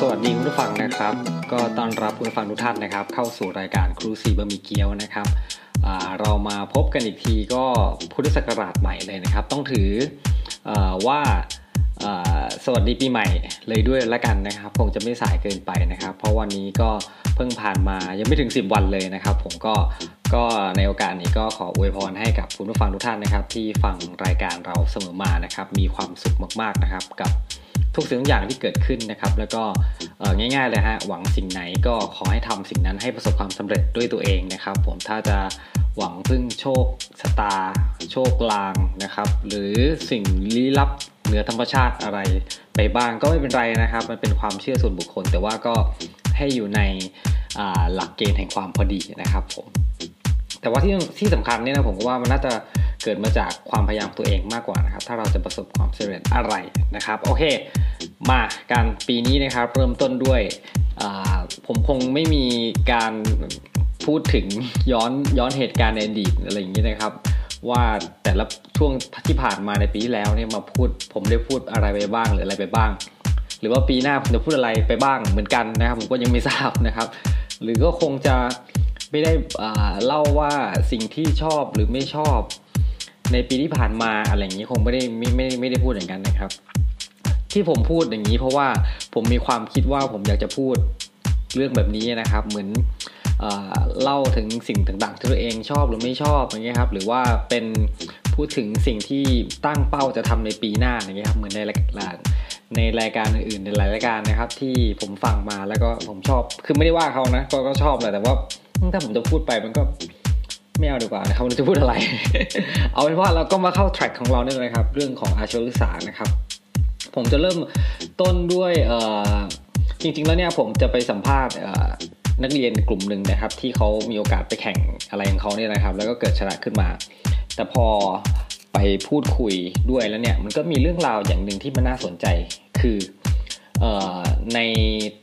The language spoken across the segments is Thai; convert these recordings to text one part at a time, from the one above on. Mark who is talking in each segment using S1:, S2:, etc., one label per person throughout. S1: ครับ ก็ต้อนรับคุณผู้ฟังทุกท่านนะครับ เข้าสู่รายการครูซีบะหมี่เกี๊ยวนะครับอ่าเรามาพบกันอีกทีก็พุทธศักราชใหม่เลยนะครับ ต้องถือเออว่าเอ่อสวัสดีปีใหม่เลยด้วยละกันนะครับคงจะไม่สายเกินไปนะครับ เพราะวันนี้ก็เพิ่งผ่านมายังไม่ถึง 10 วันเลยนะครับ ผมก็ก็ในโอกาสนี้ก็ขออวยพรให้กับคุณผู้ฟังทุกท่านนะครับ ที่ฟังรายการเราเสมอมานะครับ มีความสุขมากๆนะครับกับ ทุกสิ่งทุกอย่างที่เกิดขึ้นนะครับ แล้วก็เอ่อง่ายๆเลยฮะหวังสิ่งไหนก็ขอให้ทำสิ่งนั้นให้ประสบความสำเร็จด้วยตัวเองนะครับ ผมถ้าจะหวังพึ่งโชคชะตา โชคลางนะครับ หรือสิ่งลี้ลับเหนือธรรมชาติอะไรไปบ้างก็ไม่เป็นไรนะครับ มันเป็นความเชื่อส่วนบุคคล แต่ว่าก็ให้อยู่ในอ่าหลักเกณฑ์แห่งความพอดีนะครับผม แต่ว่าที่ที่สำคัญเนี่ยนะผมก็ว่ามันน่าจะเกิดมาจากความพยายามตัวเองมากกว่านะครับ ถ้าเราจะประสบความสำเร็จอะไรนะครับ โอเค มาการปีนี้นะครับ เริ่มต้นด้วยอ่าผมคงไม่มีการพูดถึง ย้อนย้อนเหตุการณ์ในอดีตอะไรอย่างนี้นะครับ ว่าแต่ละช่วงที่ผ่านมาในปีที่แล้วเนี่ยมาพูดผมได้พูดอะไรไปบ้างหรืออะไรไปบ้าง หรือว่าปีหน้าผมจะพูดอะไรไปบ้างเหมือนกันนะครับ ผมก็ยังไม่ทราบนะครับ หรือก็คงจะไม่ได้อ่าเล่าว่าสิ่งที่ชอบหรือไม่ชอบ ในปีที่ผ่านมาอะไรอย่างนี้คงไม่ได้ไม่ไม่ไม่ได้พูดอย่างนั้นนะครับ ที่ผมพูดอย่างนี้เพราะว่าผมมีความคิดว่าผมอยากจะพูดเรื่องแบบนี้นะครับ เหมือนเอ่อเล่าถึงสิ่งต่างๆที่ตัวเองชอบหรือไม่ชอบอย่างเงี้ยครับหรือว่าเป็นพูดถึงสิ่งที่ตั้งเป้าจะทำในปีหน้าอย่างเงี้ยครับเหมือนในรายการในรายการอื่นๆในหลายรายการนะครับ ที่ผมฟังมาแล้วก็ผมชอบคือไม่ได้ว่าเขานะก็ก็ชอบแหละแต่ว่าถ้าผมจะพูดไปมันก็ ไม่เอาดีกว่านะครับเราจะพูดอะไร เอาเป็นว่าเราก็มาเข้าแทร็กของเราเนี่ยนะครับ เรื่องของอาชีวศึกษานะครับ ผมจะเริ่มต้นด้วยเอ่อจริงๆแล้วเนี่ยผมจะไปสัมภาษณ์เอ่อนักเรียนกลุ่มหนึ่งนะครับ ที่เขามีโอกาสไปแข่งอะไรของเขาเนี่ยนะครับ แล้วก็เกิดชนะขึ้นมา แต่พอไปพูดคุยด้วยแล้วเนี่ยมันก็มีเรื่องราวอย่างหนึ่งที่มันน่าสนใจคือเออใน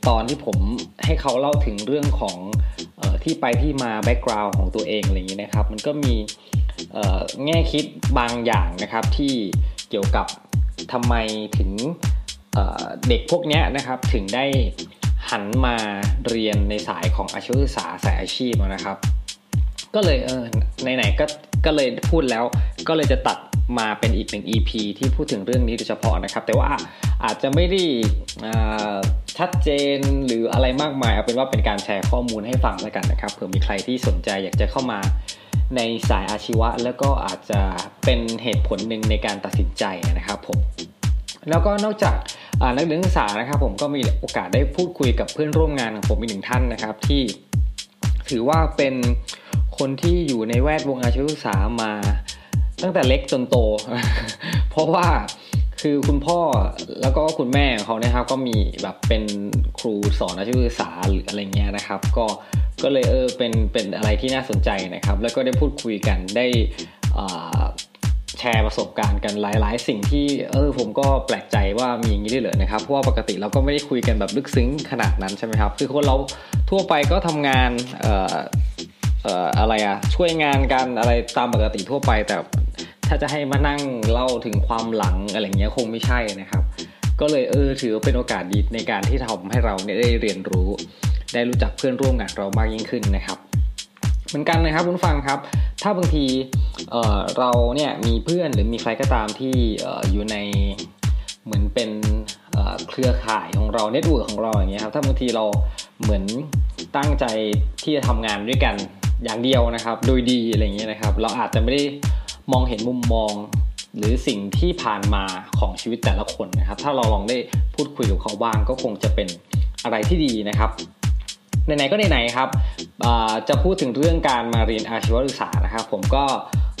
S1: ตอนที่ผมให้เขาเล่าถึงเรื่องของเออที่ไปที่มาแบ็กกราวน์ของตัวเองอะไรอย่างนี้นะครับ มันก็มีเอ่อแง่คิดบางอย่างนะครับที่เกี่ยวกับทำไมถึงเอ่อเด็กพวกเนี้ยนะครับถึงได้หันมาเรียนในสายของอาชีวศึกษาสายอาชีพนะครับ ก็เลยเออไหนๆก็ก็เลยพูดแล้วก็เลยจะตัดมาเป็นอีกหนึ่ง EP ที่พูดถึงเรื่องนี้โดยเฉพาะนะครับ แต่ว่าอาจจะไม่ได้อ่าชัดเจนหรืออะไรมากมายเอาเป็นว่าเป็นการแชร์ข้อมูลให้ฟังแล้วกันนะครับเผื่อมีใครที่สนใจอยากจะเข้ามาในสายอาชีวะ แล้วก็อาจจะเป็นเหตุผลหนึ่งในการตัดสินใจนะครับผม แล้วก็นอกจากอ่านักเรียนนักศึกษานะครับ ผมก็มีโอกาสได้พูดคุยกับเพื่อนร่วมงานของผมอีกหนึ่งท่านนะครับ ที่ถือว่าเป็นคนที่อยู่ในแวดวงอาชีวศึกษามาตั้งแต่เล็กจนโต เพราะว่าคือคุณพ่อแล้วก็คุณแม่ของเขานะครับ ก็มีแบบเป็นครูสอนอาชีวศึกษาหรืออะไรเงี้ยนะครับ ก็ก็เลยเออเป็นเป็นอะไรที่น่าสนใจนะครับ แล้วก็ได้พูดคุยกันได้อ่า แชร์ประสบการณ์กันหลาย ๆ สิ่งที่เออผมก็แปลกใจว่ามีอย่างนี้ด้วยเหรอนะครับเพราะว่าปกติเราก็ไม่ได้คุยกันแบบลึกซึ้งขนาดนั้นใช่ไหมครับ คือคนเราทั่วไปก็ทำงานเอ่อเอ่ออะไรอะช่วยงานกันอะไรตามปกติทั่วไป แต่ถ้าจะให้มานั่งเล่าถึงความหลังอะไรอย่างเงี้ยคงไม่ใช่นะครับ ก็เลยเออถือว่าเป็นโอกาสดีในการที่ทำให้เราเนี่ยได้เรียนรู้ ได้รู้จักเพื่อนร่วมงานเรามากยิ่งขึ้นนะครับ เหมือนกันนะครับคุณผู้ฟังครับ ถ้าบางทีเอ่อเราเนี่ยมีเพื่อนหรือมีใครก็ตามที่เอ่ออยู่ในเหมือนเป็นเอ่อเครือข่ายของเราเน็ตเวิร์กของเราอย่างเงี้ยครับถ้าบางทีเราเหมือนตั้งใจที่จะทำงานด้วยกันอย่างเดียวนะครับ โดยดีอะไรอย่างเงี้ยนะครับ เราอาจจะไม่ได้มองเห็นมุมมอง หรือสิ่งที่ผ่านมาของชีวิตแต่ละคนนะครับ ถ้าเราลองได้พูดคุยกับเขาบ้างก็คงจะเป็นอะไรที่ดีนะครับ ไหนๆก็ไหนๆครับอ่าจะพูดถึงเรื่องการมาเรียนอาชีวศึกษานะครับ ผมก็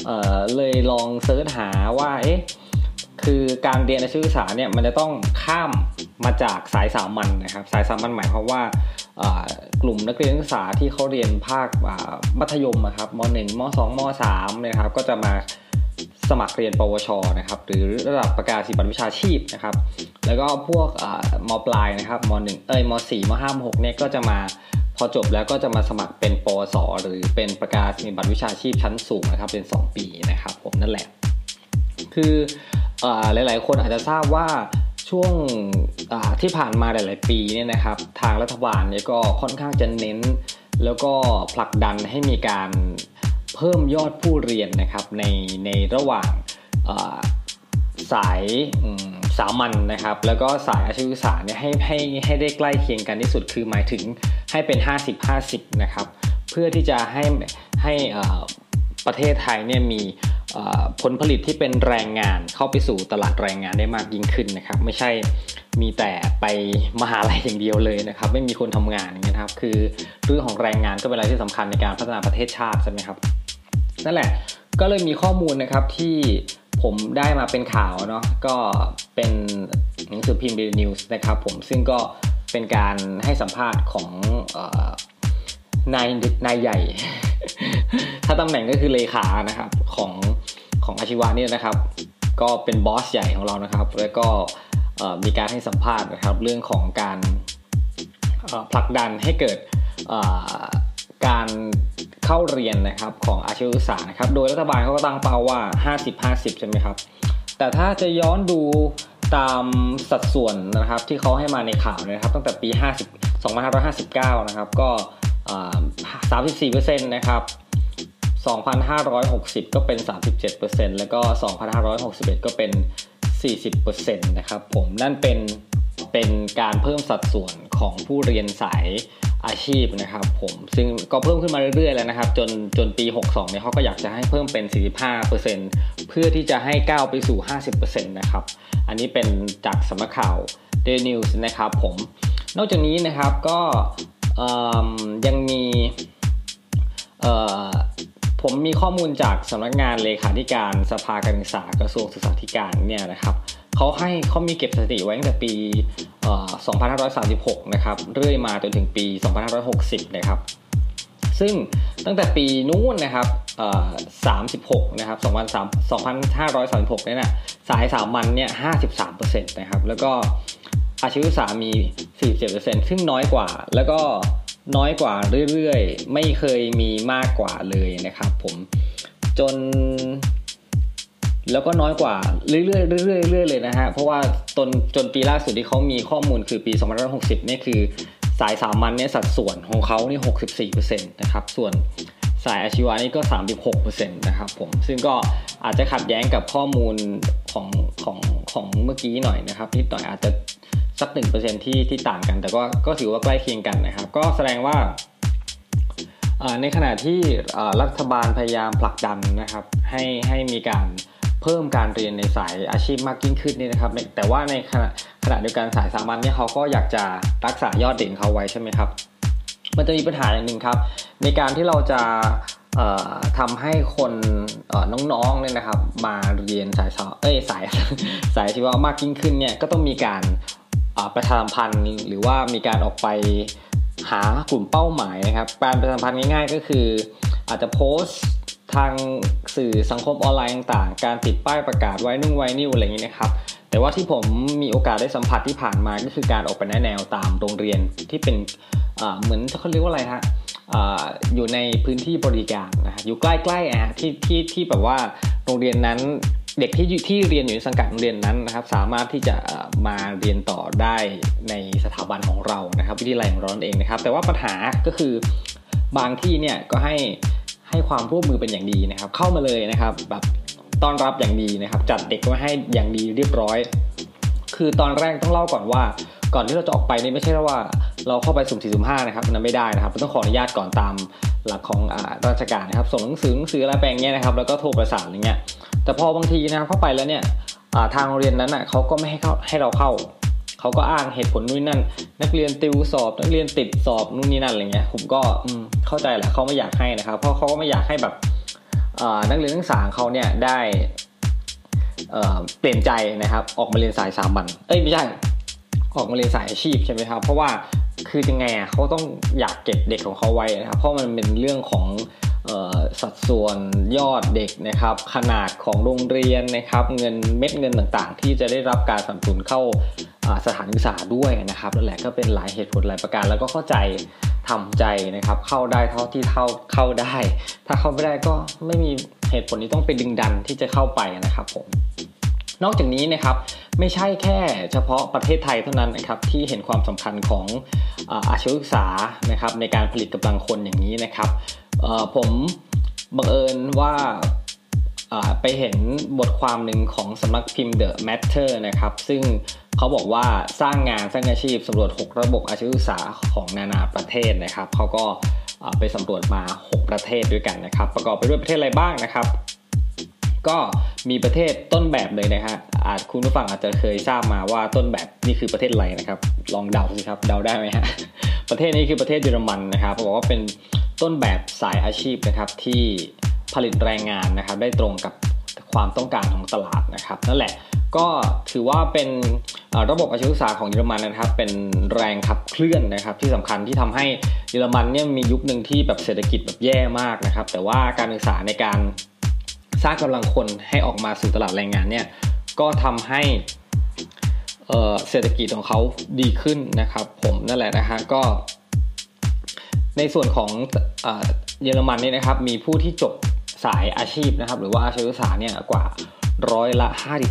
S1: เอ่อเลยลองเสิร์ชหาว่าเอ๊ะคือการเรียนอาชีวศึกษาเนี่ยมันจะต้องข้ามมาจากสายสามัญนะครับ สายสามัญหมายความว่าอ่ากลุ่มนักเรียนนักศึกษาที่เขาเรียนภาคอ่ามัธยมนะครับม .1 ม .2 ม .3 นะครับ ก็จะมาสมัครเรียน ปวชนะครับ หรือระดับประกาศนียบัตรวิชาชีพนะครับ แล้วก็พวกอ่ามปลายนะครับมหนึ่งเอ้ยมสี่มห้ามหกเนี่ยก็จะมาพอจบแล้วก็จะมาสมัครเป็นปวส หรือเป็นประกาศนียบัตรวิชาชีพชั้นสูงนะครับเป็น 2 ปีนะครับ ผมนั่นแหละ คือเออหลาย ๆ คนอาจจะทราบว่าช่วง อ่าที่ผ่านมาหลาย ๆ ปีเนี่ยนะครับทางรัฐบาลเนี่ยก็ค่อนข้างจะเน้น แล้วก็ผลักดันให้มีการเพิ่มยอดผู้เรียนนะครับในในระหว่างอ่าสายอืมสามัญนะครับ แล้วก็สายอาชีวศึกษาเนี่ยให้ให้ให้ได้ใกล้เคียงกันที่สุดคือหมายถึงให้เป็น 50-50 นะครับ เพื่อที่จะให้ให้เอ่อประเทศไทยเนี่ยมีเอ่อผลผลิตที่เป็นแรงงานเข้าไปสู่ตลาดแรงงานได้มากยิ่งขึ้นนะครับ ไม่ใช่มีแต่ไปมหาลัยอย่างเดียวเลยนะครับ ไม่มีคนทำงานอย่างเงี้ยนะครับ คือเรื่องของแรงงานก็เป็นอะไรที่สำคัญในการพัฒนาประเทศชาติใช่ไหมครับ นั่นแหละ ก็เลยมีข้อมูลนะครับที่ผมได้มาเป็นข่าวเนาะ ก็เป็นหนังสือพิมพ์ Daily News นะครับผม ซึ่งก็เป็นการให้สัมภาษณ์ของเออนายนายใหญ่ ถ้าตำแหน่งก็คือเลขานะครับของของอาชีวะเนี่ยนะครับ ก็เป็นบอสใหญ่ของเรานะครับ แล้วก็เอ่อมีการให้สัมภาษณ์นะครับเรื่องของการ เอ่อผลักดันให้เกิดเอ่อการเข้าเรียนนะครับของอาชีวศึกษานะครับโดยรัฐบาลเขาก็ตั้งเป้าว่า 50-50 ใช่ไหมครับ แต่ถ้าจะย้อนดูตามสัดส่วนนะครับที่เขาให้มาในข่าวเนยนะครับตั้งแต่ปี 50 2559 นะครับก็เอ่อ34%นะครับ 2,560 ก็เป็น 37%แล้วก็ 2,561 ก็เป็น 40%นะครับผมนั่นเป็นเป็นการเพิ่มสัดส่วนของผู้เรียนสายอาชีพนะครับผมซึ่งก็เพิ่มขึ้นมาเรื่อยๆแล้วนะครับจนจนปี 62เนี่ยเขาก็อยากจะให้เพิ่มเป็น 45%เพื่อที่จะให้ก้าวไปสู่ 50%นะครับอันนี้เป็นจากสำนักข่าว Daily News นะครับผมนอกจากนี้นะครับก็เอิ่มยังมี เอ่อผมมีข้อมูลจากสำนักงานเลขาธิการสภาการศึกษากระทรวงศึกษาธิการเนี่ยนะครับเขาให้เขามีเก็บสถิติไว้ตั้งแต่ปีเอ่อ2536 นะครับเรื่อยมาจนถึงปี 2560 นะครับ ซึ่งตั้งแต่ปีนู้นนะครับเอ่อ36 นะครับ2003 2536 เนี่ยนะสายสามัญเนี่ย 53%นะครับ แล้วก็อาชีวศึกษามี 47%ซึ่งน้อยกว่า แล้วก็น้อยกว่าเรื่อยๆ ไม่เคยมีมากกว่าเลยนะครับผม จน แล้วก็น้อยกว่าเรื่อยๆเรื่อยๆเรื่อยๆเลยนะฮะ เพราะว่าจนจนปีล่าสุดที่เขามีข้อมูลคือปี 2560 เนี่ยคือสายสามัญเนี่ยสัดส่วนของเขานี่ 64%นะครับ ส่วนสายอาชีวะนี่ก็ 36%นะครับผม ซึ่งก็อาจจะขัดแย้งกับข้อมูลของของของเมื่อกี้หน่อยนะครับนิดหน่อยอาจจะสัก 1%ที่ที่ต่างกัน แต่ก็ก็ถือว่าใกล้เคียงกันนะครับ ก็แสดงว่า เอ่อในขณะที่เอ่อรัฐบาลพยายามผลักดันนะครับให้ให้มีการเพิ่มการเรียนในสายอาชีพมากยิ่งขึ้นเนี่ยนะครับในแต่ว่าในขณะขณะเดียวกันสายสามัญเนี่ยเขาก็อยากจะรักษายอดเด่นเขาไว้ใช่ไหมครับ มันจะมีปัญหาอย่างหนึ่งครับ ในการที่เราจะเอ่อทำให้คนเอ่อน้องๆเนี่ยนะครับ มาเรียนสายสาเอ้ยส าย สายอาชีวะมากยิ่งขึ้นเนี่ยก็ต้องมีการเอ่อประชาสัมพันธ์หรือว่ามีการออกไป หากลุ่มเป้าหมายนะครับการประชาสัมพันธ์ง่ายๆ ก็คือ อาจจะโพสต์ทางสื่อสังคมออนไลน์ต่างๆ การติดป้ายประกาศไว้นุ่งไว้นิวอะไรอย่างนี้นะครับ แต่ว่าที่ผมมีโอกาสได้สัมผัสที่ผ่านมาก็คือการออกไปแนะแนวตามโรงเรียนที่เป็นอ่าเหมือนเขาเรียกว่าอะไรฮะอ่าอยู่ในพื้นที่บริการนะฮะอยู่ใกล้ๆอ่ะฮะที่ที่ที่แบบว่าโรงเรียนนั้นเด็กที่อยู่ที่เรียนอยู่ในสังกัดโรงเรียนนั้นนะครับ สามารถที่จะเอ่อมาเรียนต่อได้ในสถาบันของเรานะครับวิทยาลัยของเรานั่นเองนะครับ แต่ว่าปัญหาก็คือบางที่เนี่ยก็ให้ให้ความร่วมมือเป็นอย่างดีนะครับ เข้ามาเลยนะครับแบบต้อนรับอย่างดีนะครับ จัดเด็กไว้ให้อย่างดีเรียบร้อย คือตอนแรกต้องเล่าก่อนว่า ก่อนที่เราจะออกไปนี่ไม่ใช่ว่าเราเข้าไปสุ่มสี่สุ่มห้านะครับอันนั้นไม่ได้นะครับเราต้องขออนุญาตก่อนตามหลักของอาราชการนะครับ ส่งหนังสือหนังสืออะไรไปอย่างเงี้ยนะครับ แล้วก็โทรประสานอะไรเงี้ย แต่พอบางทีนะครับเข้าไปแล้วเนี่ยอ่าทางโรงเรียนนั้นอ่ะเขาก็ไม่ให้เข้าให้เราเข้า เขาก็อ้างเหตุผลนู่นนนั่น นักเรียนติวสอบ นักเรียนติดสอบนู่นนี่นั่นอะไรเงี้ยผมก็อืมเข้าใจแหละเขาไม่อยากให้นะครับ เพราะเขาก็ไม่อยากให้แบบอ่านักเรียนนักศึกษาของเขาเนี่ยได้เอ่อเปลี่ยนใจนะครับ ออกมาเรียนสายสามัญเอ้ยไม่ใช่ ออกมาเรียนสายอาชีพใช่ไหมครับ เพราะว่าคือยังไงอ่ะเขาต้องอยากเก็บเด็กของเขาไว้นะครับ เพราะมันเป็นเรื่องของเอ่อสัดส่วนยอดเด็กนะครับ ขนาดของโรงเรียนนะครับ เงินเม็ดเงินต่างๆ ที่จะได้รับการสนับสนุนเข้าอ่าสถานศึกษาด้วยนะครับนั่นแหละก็เป็นหลายเหตุผลหลายประการแล้วก็เข้าใจทำใจนะครับ เข้าได้เท่าที่เท่าเข้าได้ ถ้าเข้าไม่ได้ก็ไม่มีเหตุผลที่ต้องไปดึงดันที่จะเข้าไปนะครับผม นอกจากนี้นะครับไม่ใช่แค่เฉพาะประเทศไทยเท่านั้นนะครับที่เห็นความสำคัญของอ่าอาชีวศึกษานะครับในการผลิตกำลังคนอย่างนี้นะครับเอ่อผมบังเอิญว่าอ่าไปเห็นบทความหนึ่งของสำนักพิมพ์ The Matter นะครับซึ่งเขาบอกว่าสร้างงานสร้างอาชีพสำรวจ 6 ระบบอาชีวศึกษาของนานาประเทศนะครับเขาก็อ่าไปสำรวจมา 6 ประเทศด้วยกันนะครับ ประกอบไปด้วยประเทศอะไรบ้างนะครับ ก็มีประเทศต้นแบบเลยนะฮะอาจคุณผู้ฟังอาจจะเคยทราบมาว่าต้นแบบนี่คือประเทศอะไรนะครับ ลองเดาสิครับเดาได้ไหมฮะ ประเทศนี้คือประเทศเยอรมันนะครับเขาบอกว่าเป็นต้นแบบสายอาชีพนะครับที่ผลิตแรงงานนะครับ ได้ตรงกับความต้องการของตลาดนะครับนั่นแหละก็ถือว่าเป็นเอ่อระบบอาชีวศึกษาของเยอรมันนะครับ เป็นแรงขับเคลื่อนนะครับ ที่สำคัญที่ทำให้เยอรมันเนี่ยมียุคหนึ่งที่แบบเศรษฐกิจแบบแย่มากนะครับ แต่ว่าการศึกษาในการ สร้างกำลังคนให้ออกมาสู่ตลาดแรงงานเนี่ยก็ทำให้เอ่อเศรษฐกิจของเขาดีขึ้นนะครับ ผมนั่นแหละนะฮะก็ในส่วนของเอ่อเยอรมันเนี่ยนะครับมีผู้ที่จบสายอาชีพนะครับหรือว่าอาชีวศึกษาเนี่ยกว่าร้อยละ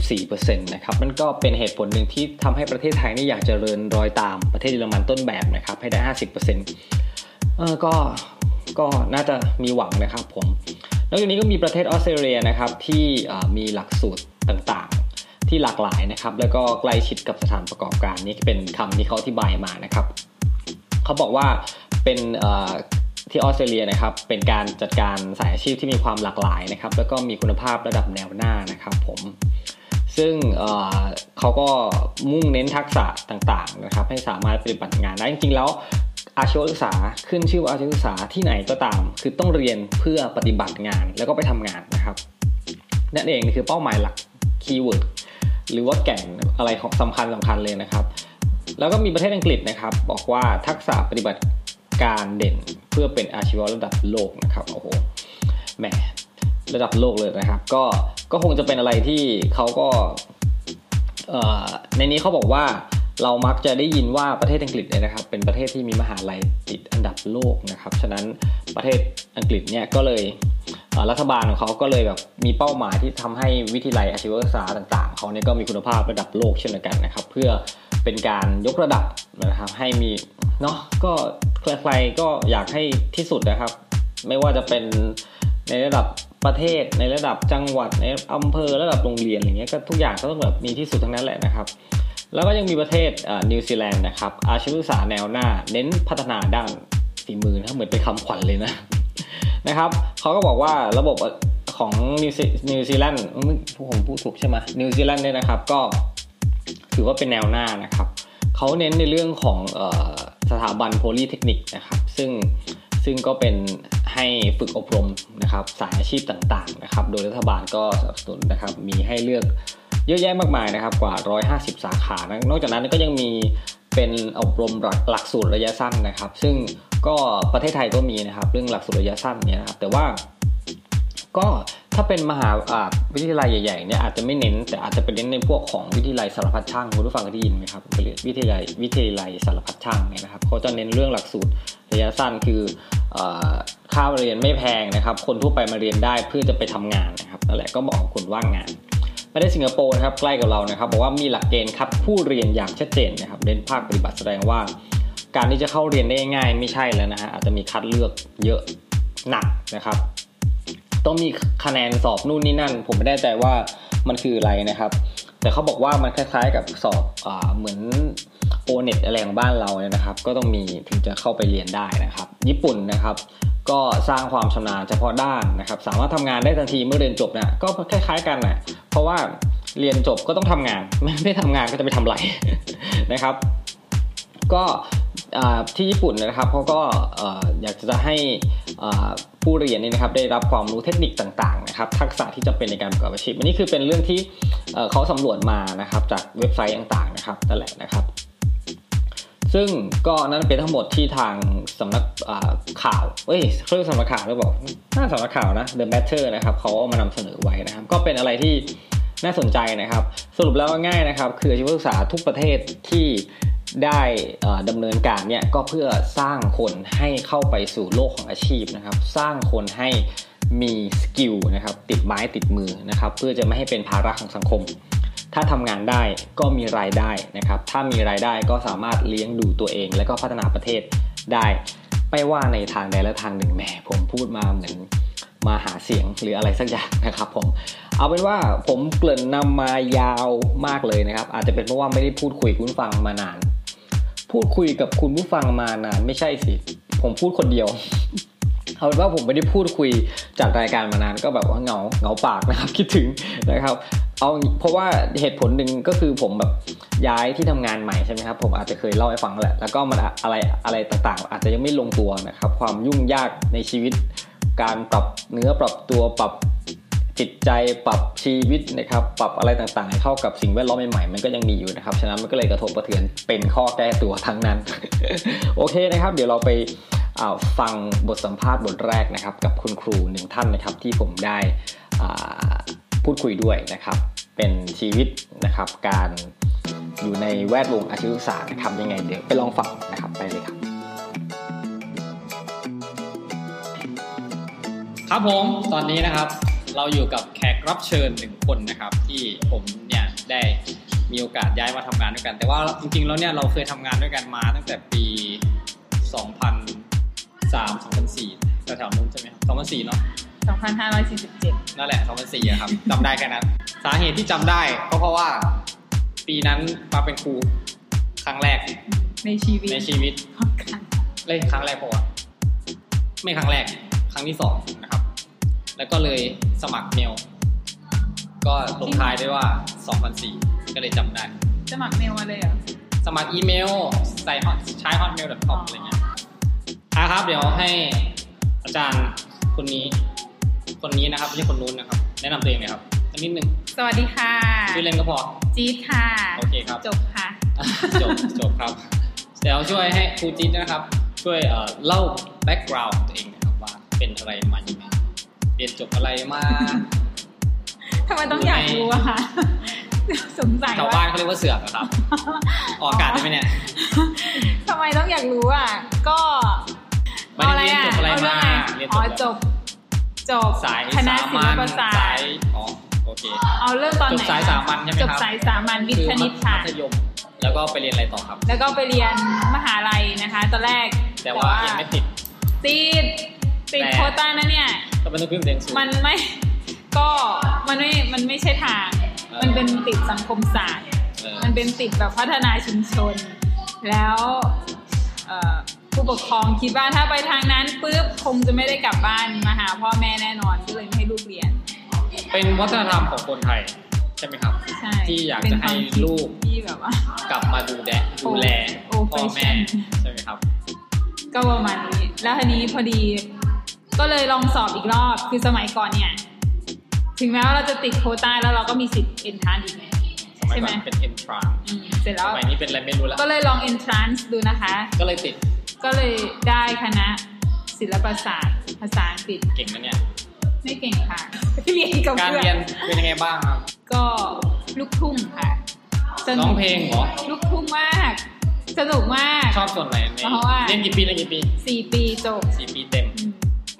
S1: 54%นะครับนั่นก็เป็นเหตุผลหนึ่งที่ทำให้ประเทศไทยนี่อยากจเจริญรอยตามประเทศเยอรมันต้นแบบนะครับให้ได้ 50% เออก็ ก็น่าจะมีหวังนะครับผม นอกจากนี้ก็มีประเทศออสเตรเลียนะครับที่เอ่อมีหลักสูตรต่างๆ ที่หลากหลายนะครับ แล้วก็ใกล้ชิดกับสถานประกอบการนี่เป็นคำที่เขาอธิบายมานะครับ เขาบอกว่าเป็นเอ่อที่ออสเตรเลียนะครับ เป็นการจัดการสายอาชีพที่มีความหลากหลายนะครับ แล้วก็มีคุณภาพระดับแนวหน้านะครับผม ซึ่งเอ่อเขาก็มุ่งเน้นทักษะต่างๆนะครับ ให้สามารถปฏิบัติงานได้จริงๆแล้วอาชีวศึกษาขึ้นชื่อว่าอาชีวศึกษาที่ไหนก็ตาม คือต้องเรียนเพื่อปฏิบัติงานแล้วก็ไปทำงานนะครับ นั่นเองคือเป้าหมายหลักคีย์เวิร์ดหรือว่าแก่นอะไรของสำคัญสำคัญเลยนะครับ แล้วก็มีประเทศอังกฤษนะครับ บอกว่าทักษะปฏิบัติการเด่นเพื่อเป็นอาชีวะระดับโลกนะครับโอ้โหแหมระดับโลกเลยนะครับ ก็ก็คงจะเป็นอะไรที่เขาก็เอ่อในนี้เขาบอกว่าเรามักจะได้ยินว่าประเทศอังกฤษเนี่ยนะครับ เป็นประเทศที่มีมหาลัยติดอันดับโลกนะครับ ฉะนั้นประเทศอังกฤษเนี่ยก็เลยเอ่อรัฐบาลของเขาก็เลยแบบมีเป้าหมายที่ทำให้วิทยาลัยอาชีวศึกษาต่างๆเขาเนี่ยก็มีคุณภาพระดับโลกเช่นเดียวกันนะครับ เพื่อ เป็นการยกระดับนะครับให้มีเนาะก็ใครๆก็อยากให้ที่สุดนะครับ ไม่ว่าจะเป็นในระดับประเทศในระดับจังหวัดในอำเภอระดับโรงเรียนอะไรเงี้ยก็ทุกอย่างก็ต้องแบบมีที่สุดทั้งนั้นแหละนะครับ แล้วก็ยังมีประเทศเอ่อนิวซีแลนด์นะครับอาชีวศึกษาแนวหน้า เน้นพัฒนาด้านฝีมือนะครับเหมือนเป็นคำขวัญเลยนะ นะครับเขาก็บอกว่าระบบของนิวซีนิวซีแลนด์ผมพูดถูกใช่ไหมนิวซีแลนด์เนี่ยนะครับก็ ถือว่าเป็นแนวหน้านะครับ เขาเน้นในเรื่องของเออสถาบันโพลีเทคนิคนะครับ ซึ่งซึ่งก็เป็นให้ฝึกอบรมนะครับสายอาชีพต่างๆนะครับ โดยรัฐบาลก็สนับสนุนนะครับ มีให้เลือกเยอะแยะมากมายนะครับกว่า 150 สาขานะนอกจากนั้นก็ยังมีเป็นอบรมหลักหลักสูตรระยะสั้นนะครับ ซึ่งก็ประเทศไทยก็มีนะครับ เรื่องหลักสูตรระยะสั้นเนี่ยนะครับแต่ว่า ก็ถ้าเป็นมหาอ่าวิทยาลัยใหญ่ๆเนี่ยอาจจะไม่เน้นแต่อาจจะไปเน้นในพวกของวิทยาลัยสารพัดช่างคุณผู้ฟังเคยได้ยินไหมครับหรือวิทยาลัยวิทยาลัยสารพัดช่างเนี่ยนะครับเขาจะเน้นเรื่องหลักสูตรระยะสั้นคือเอ่อค่าเรียนไม่แพงนะครับ คนทั่วไปมาเรียนได้เพื่อจะไปทำงานนะครับนั่นแหละก็เหมาะกับคนว่างงาน ประเทศสิงคโปร์นะครับใกล้กับเรานะครับบอกว่ามีหลักเกณฑ์ครับผู้เรียนอย่างชัดเจนนะครับเน้นภาคปฏิบัติแสดงว่า การที่จะเข้าเรียนได้ง่ายๆไม่ใช่แล้วนะฮะอาจจะมีคัดเลือกเยอะหนักนะครับ ต้องมีคะแนนสอบนู่นนี่นั่น ผมไม่แน่ใจว่ามันคืออะไรนะครับ แต่เขาบอกว่ามันคล้ายๆกับสอบอาเหมือนโอเน็ตอะไรของบ้านเราเนี่ยนะครับ ก็ต้องมีถึงจะเข้าไปเรียนได้นะครับ ญี่ปุ่นนะครับ ก็สร้างความชำนาญเฉพาะด้านนะครับ สามารถทำงานได้ทันทีเมื่อเรียนจบนะก็คล้ายๆกันนะเพราะว่าเรียนจบก็ต้องทำงาน ไม่ไม่ทำงานก็จะไปทำไร นะครับ ก็อ่าที่ญี่ปุ่นนะครับเขาก็เอ่ออยากจะให้อ่าผู้เรียนเนี่ยนะครับได้รับความรู้เทคนิคต่างๆนะครับทักษะที่จำเป็นในการประกอบอาชีพอันนี้คือเป็นเรื่องที่เอ่อเขาสำรวจมานะครับจากเว็บไซต์ต่างๆนะครับนั่นแหละนะครับ ซึ่งก็นั่นเป็นทั้งหมดที่ทางสำนักอ่าข่าวเอ้ยเรื่องสำนักข่าวหรือเปล่าน่าสำนักข่าวนะ The Matter นะครับเขาเอามานำเสนอไว้นะครับ ก็เป็นอะไรที่น่าสนใจนะครับ สรุปแล้วง่ายๆนะครับ คืออาชีวศึกษาทุกประเทศที่ได้เอ่อดำเนินการเนี่ยก็เพื่อสร้างคนให้เข้าไปสู่โลกของอาชีพนะครับ สร้างคนให้มีสกิลนะครับติดไม้ติดมือนะครับ เพื่อจะไม่ให้เป็นภาระของสังคม ถ้าทำงานได้ก็มีรายได้นะครับ ถ้ามีรายได้ก็สามารถเลี้ยงดูตัวเอง และก็พัฒนาประเทศได้ไม่ว่าในทางใดและทางหนึ่งแหมผมพูดมาเหมือนมาหาเสียงหรืออะไรสักอย่างนะครับผม เอาเป็นว่าผมเกริ่นนำมายาวมากเลยนะครับ อาจจะเป็นเพราะว่าไม่ได้พูดคุยกับคุณผู้ฟังมานาน พูดคุยกับคุณผู้ฟังมานานไม่ใช่สิ ผมพูดคนเดียว เอาเป็นว่าผมไม่ได้พูดคุยจัดรายการมานานก็แบบว่าเหงาเหงาปากนะครับ คิดถึงนะครับ เอาเพราะว่าเหตุผลหนึ่งก็คือผมแบบย้ายที่ทำงานใหม่ใช่ไหมครับผมอาจจะเคยเล่าให้ฟังแหละแล้วก็มันอะอะไรอะไรต่างๆ อาจจะยังไม่ลงตัวนะครับ ความยุ่งยากในชีวิต การปรับเนื้อปรับตัวปรับจิตใจปรับชีวิตนะครับ ปรับอะไรต่างๆให้เข้ากับสิ่งแวดล้อมใหม่ๆมันก็ยังมีอยู่นะครับฉะนั้นมันก็เลยกระทบกระเทือนเป็นข้อแก้ตัวทั้งนั้น โอเคนะครับ เดี๋ยวเราไปอ่าฟังบทสัมภาษณ์บทแรกนะครับ กับคุณครูหนึ่งท่านนะครับที่ผมได้อ่าพูดคุยด้วยนะครับ เป็นชีวิตนะครับ การอยู่ในแวดวงอาชีวศึกษานะครับยังไงเดี๋ยวไปลองฟังนะครับไปเลยครับ ครับผมตอนนี้นะครับ เราอยู่กับแขกรับเชิญหนึ่งคนนะครับ ที่ผมเนี่ยได้มีโอกาสย้ายมาทำงานด้วยกัน แต่ว่าจริงๆแล้วเนี่ยเราเคยทำงานด้วยกันมาตั้งแต่ปี 2003 2004แถวๆนู้นใช่ไหมครับ2004เนาะ
S2: 2547
S1: นั่นแหละ2004อะครับ จำได้แค่นั้นสาเหตุที่จำได้ก็เพราะว่าปีนั้นมาเป็นครูครั้งแรก
S2: ในชีวิต
S1: ในชีวิต
S2: พร้อมกัน
S1: เลยครั้งแรกปะวะไม่ครั้งแรก ครั้งที่สองนะครับ แล้วก็เลยสมัครเมล ก็ลงท้ายด้วยว่า 2004 ก็เลยจำได้
S2: สมัครเมลมาเลยเหรอ
S1: สมัครอีเมล ใส่ hot ใช้ hotmail.com อะไรเงี้ยอ่ะครับ เดี๋ยวให้อาจารย์คนนี้ คนนี้นะครับไม่ใช่คนนู้นนะครับ แนะนำตัวเองเลยครับสักนิดนึง
S2: สวัสดีค่ะ
S1: ชื่อเล่นก็พอ
S2: จี๊ดค่ะ
S1: โอเคครับ
S2: จบค่ะ
S1: จบ จบครับเดี๋ยวช่วยให้ครูจิ๊ดนะครับ ช่วยเอ่อเล่าแบ็กกราวด์ตัวเองนะครับว่าเป็นอะไรมายังไงเรียนจบอะไร มา
S2: ทำไมต้องอยากรู้อะคะสงสัย
S1: ชาวบ้า
S2: ว่าน
S1: เขาเรียกว่าเสือกเหรอครับ ออกอากาศได้ไหมเนี่ย
S2: ทำไมต้องอยากรู้อะก็
S1: ไม่ได้เรียนจบอะไรมาเรียน
S2: อ๋อ
S1: จ
S2: จ
S1: บบ
S2: จบ
S1: สาย
S2: คณะ
S1: สา
S2: ศิ
S1: มั
S2: ล
S1: ญ
S2: ปศาส
S1: สา
S2: ต
S1: ย
S2: ร์
S1: อ๋อโอเค
S2: เอาเรื่องตอนไหน
S1: จบสายสามัญใช่ไหมครับ
S2: จบสายสามัญวิทย์คณิตค่ะ
S1: มัธยมแล้วก็ไปเรียนอะไรต่อครับ
S2: แล้วก็ไปเรียนมหาลัยนะคะ ตอนแรก
S1: แต่ว่ายังไม่ติด
S2: ติดติด
S1: แต่
S2: โควต้านะเนี่ย
S1: ก็เป็นต้องขึ้นเรียนสูง
S2: มันไม่ ก็มันไม่มันไม่ใช่ทาง
S1: เออ
S2: มันเป็นติดสังคมศาสตร์
S1: เออ
S2: มันเป็นติดแบบพัฒนาชุมชน แล้วเอ่อผู้ปกครองคิดว่าถ้าไปทางนั้นปุ๊บคงจะไม่ได้กลับบ้านมาหาพ่อแม่แน่นอนก็เลยไม่ให้ลูกเรียน
S1: เป็นวัฒนธรรมของคนไทยใช่ไหมครับ
S2: ใช่
S1: ที่อยาก
S2: เป็น
S1: จะ
S2: คว
S1: ให้
S2: มคิด
S1: ลูก
S2: ที่แบบว่า
S1: กลับมาดูแลดูแล
S2: โอ้
S1: พ่อแม่
S2: fashion
S1: ใช่ไหมครับ
S2: ก็ประมาณนี้ แล้วทีนี้พอดี ก็เลยลองสอบอีกรอบ คือสมัยก่อนเนี่ย ถึงแม้ว่าเราจะติดโควต้าแล้วเราก็มีสิทธิ์เอนทานอีกไง
S1: สมัย
S2: ใช่ไห
S1: ก่อ
S2: ม
S1: นเป็น entrance
S2: อืมเสร็จแล้
S1: ส
S2: ว
S1: มัยนี้เป็นอะไรไม่รู้แล้ว
S2: ก็เลยลองเอนทรานซ์ดูนะคะ
S1: ก็เลยติด
S2: ก็เลยได้คณะศิลปศาสตร์ ภาษาอังกฤษ
S1: เก่งนะเนี่ย
S2: ไม่เก่งค่ะ เรียนกับ
S1: การ
S2: เพื่อ
S1: เรียน
S2: น
S1: เป็นยังไงบ้างครับ
S2: ก็ลูกทุ่งค่ะส
S1: ร้
S2: นุ
S1: อง
S2: ก
S1: เพลงเหรอ
S2: ลูกทุ่งมาก สนุกมาก
S1: ชอบส่วนไหนใน
S2: เพราะว่า
S1: เรียนกี่ปีเรียนกี่ปี
S2: สี่ปีจบ
S1: สี่ปีเต็ม
S2: อืม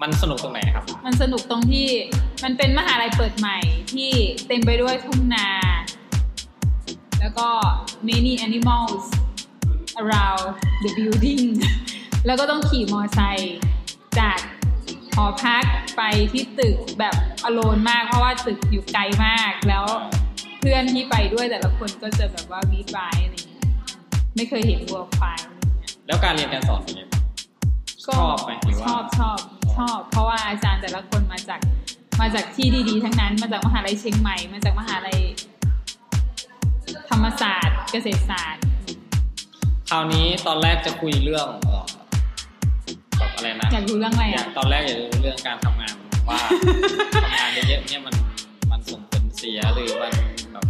S1: มันสนุกตรงไหนครับ
S2: มันสนุกตรงที่มันเป็นมหาลัยเปิดใหม่ที่เต็มไปด้วยทุ่งนา แล้วก็ many animals around the building แล้วก็ต้องขี่มอไซค์จากหอพักไปที่ตึกแบบอโลนมาก เพราะว่าตึกอยู่ไกลมาก แล้วเพื่อนที่ไปด้วยแต่ละคนก็จะแบบว่าวีดไวอะไรอย่างเงี้ยไม่เคยเห็นวัวควายอะไรอย่างเงี้ย
S1: แล้วการเรียนการสอนเป็นยังไง
S2: ก็
S1: ชอบไหมหรือว่า
S2: ชอบชอบชอบ เพราะว่าอาจารย์แต่ละคนมาจากมาจากที่ดีๆ ทั้งนั้น มาจากมหาลัยเชียงใหม่ มาจากมหาลัยธรรมศาสตร์เกษตรศาสตร์
S1: คราวนี้ตอนแรกจะคุยเรื่องเอ่อแบบอะไรนะ
S2: อยากรู้เรื่องอะไร
S1: อยา
S2: อ่ะ
S1: กตอนแรกอยากรู้เรื่องการทำงาน ว่า ทำงานเยอะๆเนี่ยมันมันส่งผลเสียหรือมันแบบ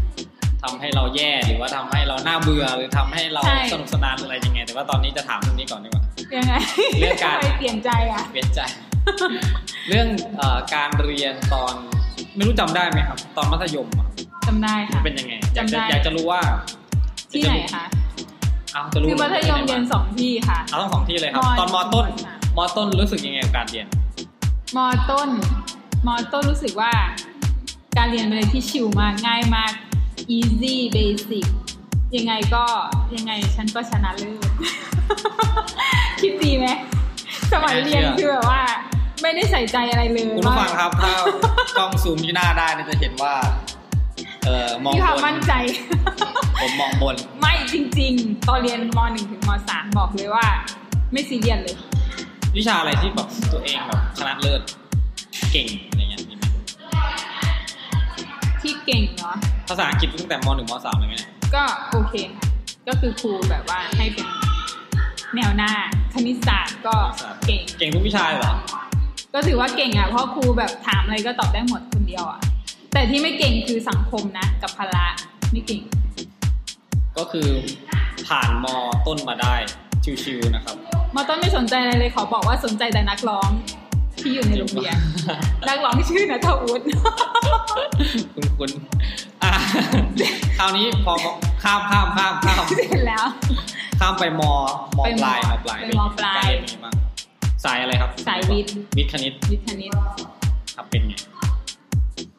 S1: ทำให้เราแย่หรือว่าทำให้เราหน้าเบื่อหรือทำให้เราสนุกสนานหรืออะไรยังไง แต่ว่าตอนนี้จะถามเรื่องนี้ก่อนดีกว่า
S2: ยังไง
S1: เรื่องการ
S2: ทำไมเปลี่ยนใจอ่ะ
S1: เวียนใจ เรื่องเอ่อการเรียนตอนไม่รู้จำได้ไหมครับ ตอนมัธยมอะ
S2: จำได้ค่ะ
S1: เป็นยังไง อยากจะ
S2: จำได้
S1: อยากจะรู้ว่า
S2: ที่ไหนคะ
S1: เอาจะรู้
S2: คือมัธยมเรียนสองที่ค่ะ
S1: เอาทั้งสองที่เลยครับ
S2: ม
S1: ตอนมต้นมต้นรู้สึกยังไงกับการเรียน
S2: มอต้น มอต้นรู้สึกว่า การเรียนเป็นอะไรที่ชิลมากง่ายมาก easy basic ยังไงก็ยังไงฉันก็ชนะเลิศ คิดดีไหมสมัยเรียนคือแบบว่า ไม่ได้ใส่ใจอะไรเลย
S3: คุณผู้ฟั
S2: ว่า
S3: งครับ ถ้ากล้องซูมที่หน้าได้เนี่ยจะเห็นว่า เออมอง
S2: มีความ
S3: บน
S2: มั่นใจ
S3: ผมมองบน
S2: ไม่จริง ๆ ตอนเรียนม .1 ถึงม .3 บอกเลยว่า ไม่ซีเรียสเลย
S3: วิชาอะไรที่แบบตัวเองแบบชนะเลิศเก่งอะไรเงี้ยมีไหม
S2: ที่เก่งเนาะ
S3: ภาษาอังกฤษตั้งแต่มหนึ่งมสามเลยไหมเนี่ย
S2: ก็โอเคค่ะ ก็คือครูแบบว่าให้เป็นแนวหน้า คณิตศาสตร์ก็เก่ง
S3: เก่งทุกวิชาเลยเหรอ
S2: ก็ถือว่าเก่งอ่ะ เพราะครูแบบถามอะไรก็ตอบได้หมดคนเดียวอ่ะ แต่ที่ไม่เก่งคือสังคมนะ กับพละไม่เก่ง
S3: ก็คือผ่านมต้นมาได้ชิวๆนะครับ
S2: มอต้นไม่สนใจอะไรเลยขอบอกว่าสนใจแต่นักร้องที่อยู่ในโรงเรียน นักร้องชื่อนัทวุฒิ
S3: คุณคุณอ่ะคราวนี้พอข้ามข้ามข้ามข้าม
S2: เสร็จแล้ว
S3: ข้ามไปมม
S2: ไปม
S3: ปลายมปลาย
S2: ไปมปลาย
S3: กรเรีนเป็นไงบ้างสายอะไรครับ
S2: สายวิทย์
S3: วิทย์คณิต
S2: วิทย์คณิต
S3: ครับเป็นไง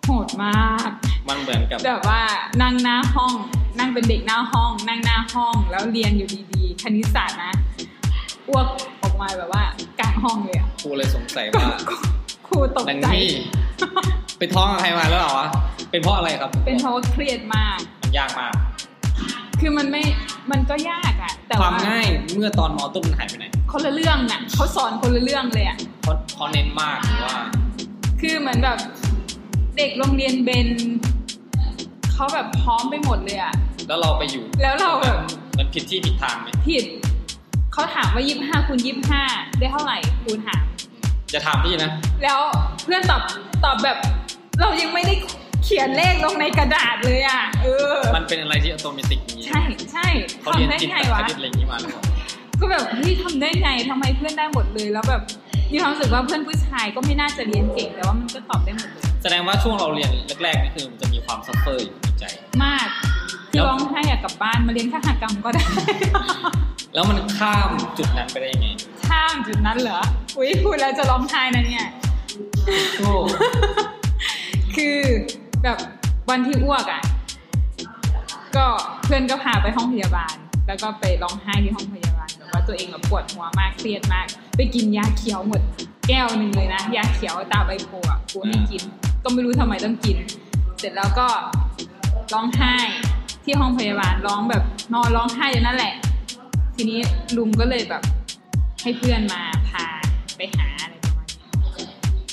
S2: โหดมาก
S3: มันเหมือนกับ
S2: แบบว่านั่งหน้าห้อง นั่งเป็นเด็กหน้าห้อง นั่งหน้าห้องแล้วเรียนอยู่ดีๆ คณิตศาสตร์นะอ้วกออกมาแบบว่ากลางห้องเลยอะ
S3: ครูเลยสงสัยว่า
S2: ครูตก
S3: นัง
S2: ใจ
S3: นี่ไปท้องกับใครมาแล้วเหรอวะ เป็นเพราะอะไรครับ
S2: เป็นเพราะว่าเครียดมาก
S3: มันยากมาก
S2: คือมันไม่ มันก็ยากอะแต่ว่า
S3: คา
S2: ว
S3: มง่ายเมื่อตอนมอต้นมันหายไปไหน
S2: คนละเรื่องน่ะเขาสอนคนละเรื่องเลยอะ
S3: เพราะเพราะเน้นมากหรือว่า
S2: คือเหมือนแบบเด็กโรงเรียนเบนเขาแบบพร้อมไปหมดเลยอะ
S3: แล้วเราไปอยู่
S2: แล้วเราแบบ
S3: มันผิดที่ผิดทางไหม
S2: ผิด เขาถามว่ายี่ห้าคูณยี่ห้าได้เท่าไหร่คูณหาร
S3: จะถามพี่นะ
S2: แล้วเพื่อนตอบตอบแบบ เรายังไม่ได้เขียนเลขลงในกระดาษเลยอ่ะ เออ
S3: มันเป็นอะไรที่อัตโนมัติอย่างนี้
S2: ใช่ใช่
S3: เขาเรียน
S2: ทำได้
S3: จิต
S2: ไง
S3: ค
S2: วะ
S3: ณิตอะไรอย่างนี้มาหรือเปล่า
S2: ก็แบบเฮ้ยทำได้ไงทำไมเพื่อนได้หมดเลยแล้วแบบมีความรู้สึกว่าเพื่อนผู้ชายก็ไม่น่าจะเรียนเก่งแต่ว่ามันก็ตอบได้หมดเลย
S3: แสดงว่าช่วงเราเรียนแรกๆนี่คือมันจะมีความซัฟเฟอร์อยู่ในใจ
S2: มากที่
S3: แล้ว
S2: ร้องไห้อยากกลับบ้านมาเรียนคหกรรมก็ได้
S3: แล้วมันข้ามจุดนั้นไปได้ยังไง
S2: ข้ามจุดนั้นเหรออุ้ยพูดแล้วจะร้องไห้นะเนี่ย
S3: โอ้
S2: คือแบบวันที่อ้วกอ่ะ ก็เพื่อนก็พาไปห้องพยาบาล แล้วก็ไปร้องไห้ที่ห้องพยาบาลแบบว่าตัวเองแบบปวดหัวมากเครียดมาก ไปกินยาเขียวหมด แก้วหนึ่งเลยนะยาเขียวตาใบโพอ่ะกูให้กิน ก็ไม่รู้ทำไมต้องกิน เสร็จแล้วก็ร้องไห้ที่ห้องพยาบาลร้องแบบนอนร้องไห้อยู่นั่นแหละ ทีนี้ลุงก็เลยแบบ ให้เพื่อนมาพาไปหาอะไรประมาณนี้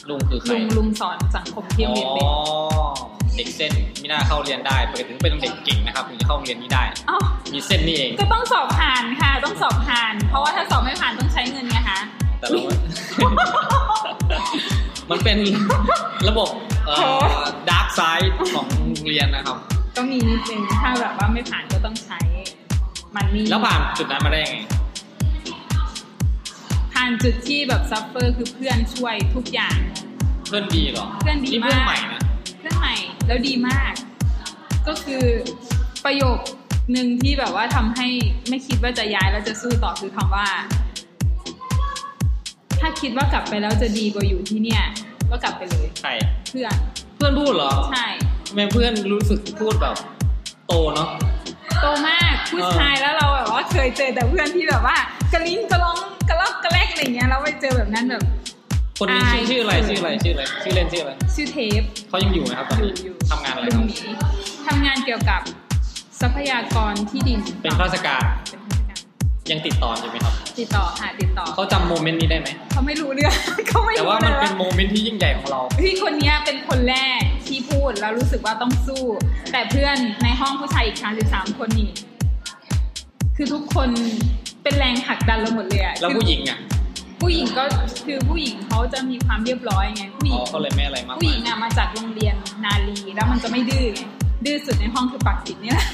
S3: ลุงคือใคร
S2: ลุงลุงสอนสังคมที่โรงเรียน
S3: อ๋
S2: เบ
S3: อน เด็กเส้นไม่น่าเข้าเรียนได้ปกติต้องเป็นเด็กเก่งนะครับถึงจะเข้าโรงเรียนนี้ได้
S2: อาว
S3: มีเส้นนี่เอง
S2: ก็ต้องสอบผ่านค่ะ ต้องสอบผ่าน เพราะว่าถ้าสอบไม่ผ่านต้องใช้เงินไงคะ
S3: แต่เราว่า มันเป็น ระบบ
S2: โอ้
S3: ดาร์กไซด์ของโรงเรียนนะครับ
S2: ก็มีนิดนึงถ้าแบบว่าไม่ผ่านก็ต้องใช้ มันนี่
S3: แล้วผ่านจุดนั้นมาได้ยังไง
S2: ผ่านจุดที่แบบซัฟเฟอร์คือเพื่อนช่วยทุกอย่าง
S3: เพื่อนดีเหรอ
S2: เพื่อนดี
S3: เพื่อน
S2: มาก
S3: ใหม่นะ
S2: เพื่อนใหม่แล้วดีมาก ก็คือประโยคหนึ่งที่แบบว่าทำให้ไม่คิดว่าจะย้ายแล้วจะสู้ต่อคือคำว่า ถ้าคิดว่ากลับไปแล้วจะดีกว่าอยู่ที่เนี่ย ก็กลับไปเลย
S3: ใคร
S2: เพื่อน
S3: เพื่อนพูดเหรอ
S2: ใช่
S3: ทำไมเพื่อนรู้สึกพูดแบบ โตเนาะ
S2: โตมากผู้ชายแล้วเราแบบว่าเคยเจอแต่เพื่อนที่แบบว่ากระลิ้นกระล้องกระลอกกระแลกอะไรอย่างเงี้ยเราไปเจอแบบนั้นแบบ
S3: คนนี้
S2: อาย
S3: ชื่อชื่ออะไรชื่ออะไรชื่ออะไรชื่อเล่นชื่ออะไร
S2: ชื่อเทป
S3: เขายังอยู่ไหมครับตอน
S2: อยู่
S3: นี้
S2: อยู่
S3: ทำงานอะไร
S2: ลุ
S3: ครั
S2: ง
S3: บ
S2: หมีทำงานเกี่ยวกับทรัพยากรที่ดิน
S3: เป็นข้าราชการ
S2: เป็นข้าราชการ
S3: ยังติดต่ออยู่ไหมครับ
S2: ติดต่อค่ะติดต่อ
S3: เขาจำโมเมนต์นี้ได้ไหม
S2: เขาไม่รู้เรื่อง เขาไม่
S3: แต่
S2: รู้
S3: ว่า
S2: เล
S3: มัน
S2: ย
S3: เป็น
S2: ว่า
S3: โมเมนต์ที่ยิ่งใหญ่ของเรา
S2: พี่คนเนี้ยเป็นคนแรกที่พูดแล้วรู้สึกว่าต้องสู้ แต่เพื่อนในห้องผู้ชายอีก33คนนี่คือทุกคนเป็นแรงผลักดันเราหมดเลยอะ
S3: แล้วผู้หญิงอ่ะ
S2: ผู้หญิงก็คือผู้หญิงเขาจะมีความเรียบร้อยไงผู้
S3: อ๋
S2: หญิ
S3: องเขาเลยไม่อะไรมาก
S2: ผู้ห
S3: มาย
S2: ญิงอะมาจากโรงเรียนนาลีแล้วมันจะไม่ดื้อไงดื้อสุดในห้องคือปากติดนี่แหละ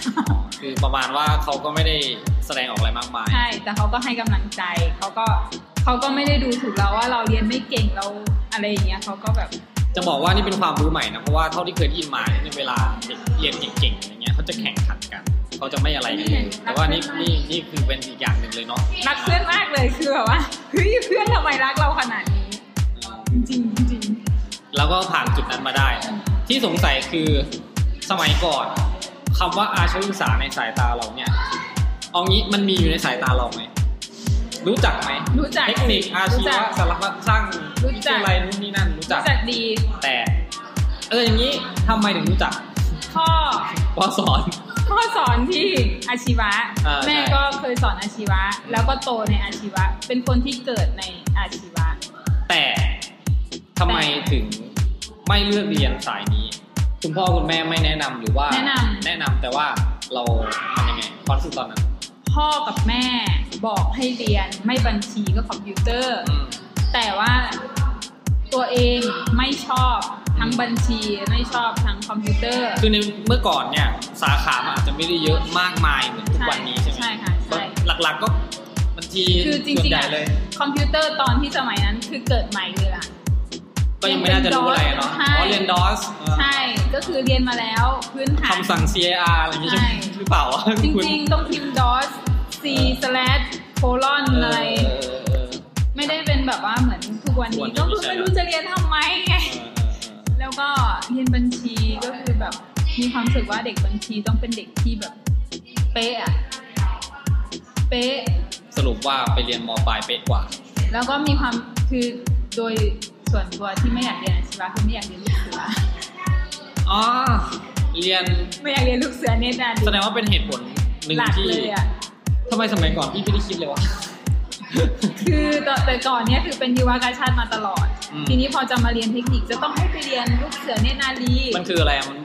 S3: คือประมาณว่าเขาก็ไม่ได้แสดงออกอะไรมากมาย
S2: ใช่แต่เขาก็ให้กำลังใจเขาก็เขาก็ไม่ได้ดูถูกเราว่าเราเรียนไม่เก่งเราอะไรอย่างเงี้ยเขาก็แบบ
S3: จะบอกว่านี่เป็นความรู้ใหม่นะ เพราะว่าเท่าที่เคยได้ยินมาเนี่ยเวลาเด็กเรียนเก่งๆอย่างเงี้ยเขาจะแข่งขันกัน เขาจะไม่อะไรกันเลยแต่ว่านี่นี่นี่คือเป็นอีกอย่างหนึ่งเลยเนาะ
S2: รักเพื่อนมากเลยคือแบบว่าเฮ้ยเพื่อนทำไมรักเราขนาดนี้
S3: เออ
S2: จริงๆจริง
S3: แล้วก็ผ่านจุดนั้นมาได้ ที่สงสัยคือสมัยก่อน คำว่าอาชีวศึกษาในสายตาเราเนี่ยเอางี้มันมีอยู่ในสายตาเราไหมรู้จักไหม
S2: รู้จัก
S3: เทคนิคอาชี
S2: รู้จั
S3: วะ
S2: ก
S3: สารพัดสร้าง
S2: รู้
S3: วิ
S2: จั
S3: ท
S2: ก
S3: ยาลัยนู่นนี่นั่นรู้จัก
S2: รู้จักดี
S3: แต่เอออย่างนี้ทำไมถึงรู้จัก
S2: ข้อ
S3: เพราะสอน
S2: ข้อสอนที่อาชีวะ
S3: เออใช่
S2: แม่ก็เคยสอนอาชีวะ แล้วก็โตในอาชีวะ เป็นคนที่เกิดในอาชีวะ
S3: แต่ทำไมถึงไม่เลือกเรียนสายนี้ คุณพ่อคุณแม่ไม่แนะนำหรือว่า
S2: แนะนำ
S3: แนะนำแต่ว่าเรามันยังไงความรู้สึกตอนนั้น
S2: พ่อกับแม่บอกให้เรียนไม่บัญชีก็คอมพิวเตอร์
S3: อืม
S2: แต่ว่าตัวเองไม่ชอบทั้ง
S3: อืม
S2: บัญชีไม่ชอบทั้งคอมพิวเตอร์
S3: คือในเมื่อก่อนเนี่ยสาขามันอาจจะไม่ได้เยอะมากมายเหมือนทุกวันนี้ใช่ไหม
S2: ใช่ค่ะใช่
S3: หลักๆก็บัญชี
S2: คือจ
S3: ส่ว
S2: ริ
S3: น
S2: ง
S3: ให
S2: ๆ
S3: ญ่
S2: อะ
S3: เลย
S2: คอมพิวเตอร์ตอนที่สมัยนั้นคือเกิดใหม่เลยล่ะ
S3: ก็ยังไม่น่าจะรู้อะไรเนาะ
S2: ใช่
S3: อ๋อเรียนดอส
S2: ใช่ก็คือเรียนมาแล้วพื้นฐาน
S3: คำสั่ง CAR อะไรอย่างงี้ใช่ไหม
S2: ใช่
S3: หรือเปล่า
S2: จริงๆ ต้องพิมพ์ DOS C slash colon
S3: ๆ
S2: อะไร ไม่ได้เป็นแบบว่าเหมือนทุกวันนี้ ก็คือไม่รู้จะเรียนทำไมไง แล้วก็เรียนบัญชีก็คือแบบมีความรู้สึกว่าเด็กบัญชีต้องเป็นเด็กที่แบบเป๊ะอะเป๊ะ
S3: สรุปว่าไปเรียนมปลายเป๊ะกว่า
S2: แล้วก็มีความคือโดยส่วนตัวที่ไม่อยากเรียนอาชีวะคือไม่อยากเรียนลูกเสือ
S3: อ๋อ เรียน
S2: ไม่อยากเรียนลูกเสือเนตรนาดี
S3: แสดงว่าเป็นเหตุผลหนึ่ง
S2: หลัก
S3: ที่
S2: เลยอ่ะ
S3: ทำไมสมัยก่อนพี่ไม่ได้คิดเลยวะ
S2: คือแต่ก่อนเนี่ยคือเป็นยุวกาชาติมาตลอด
S3: อืม
S2: ทีนี้พอจะมาเรียนเทคนิคจะต้องให้ไปเรียนลูกเสือเนตรนารี
S3: มันคืออะไรอะมัน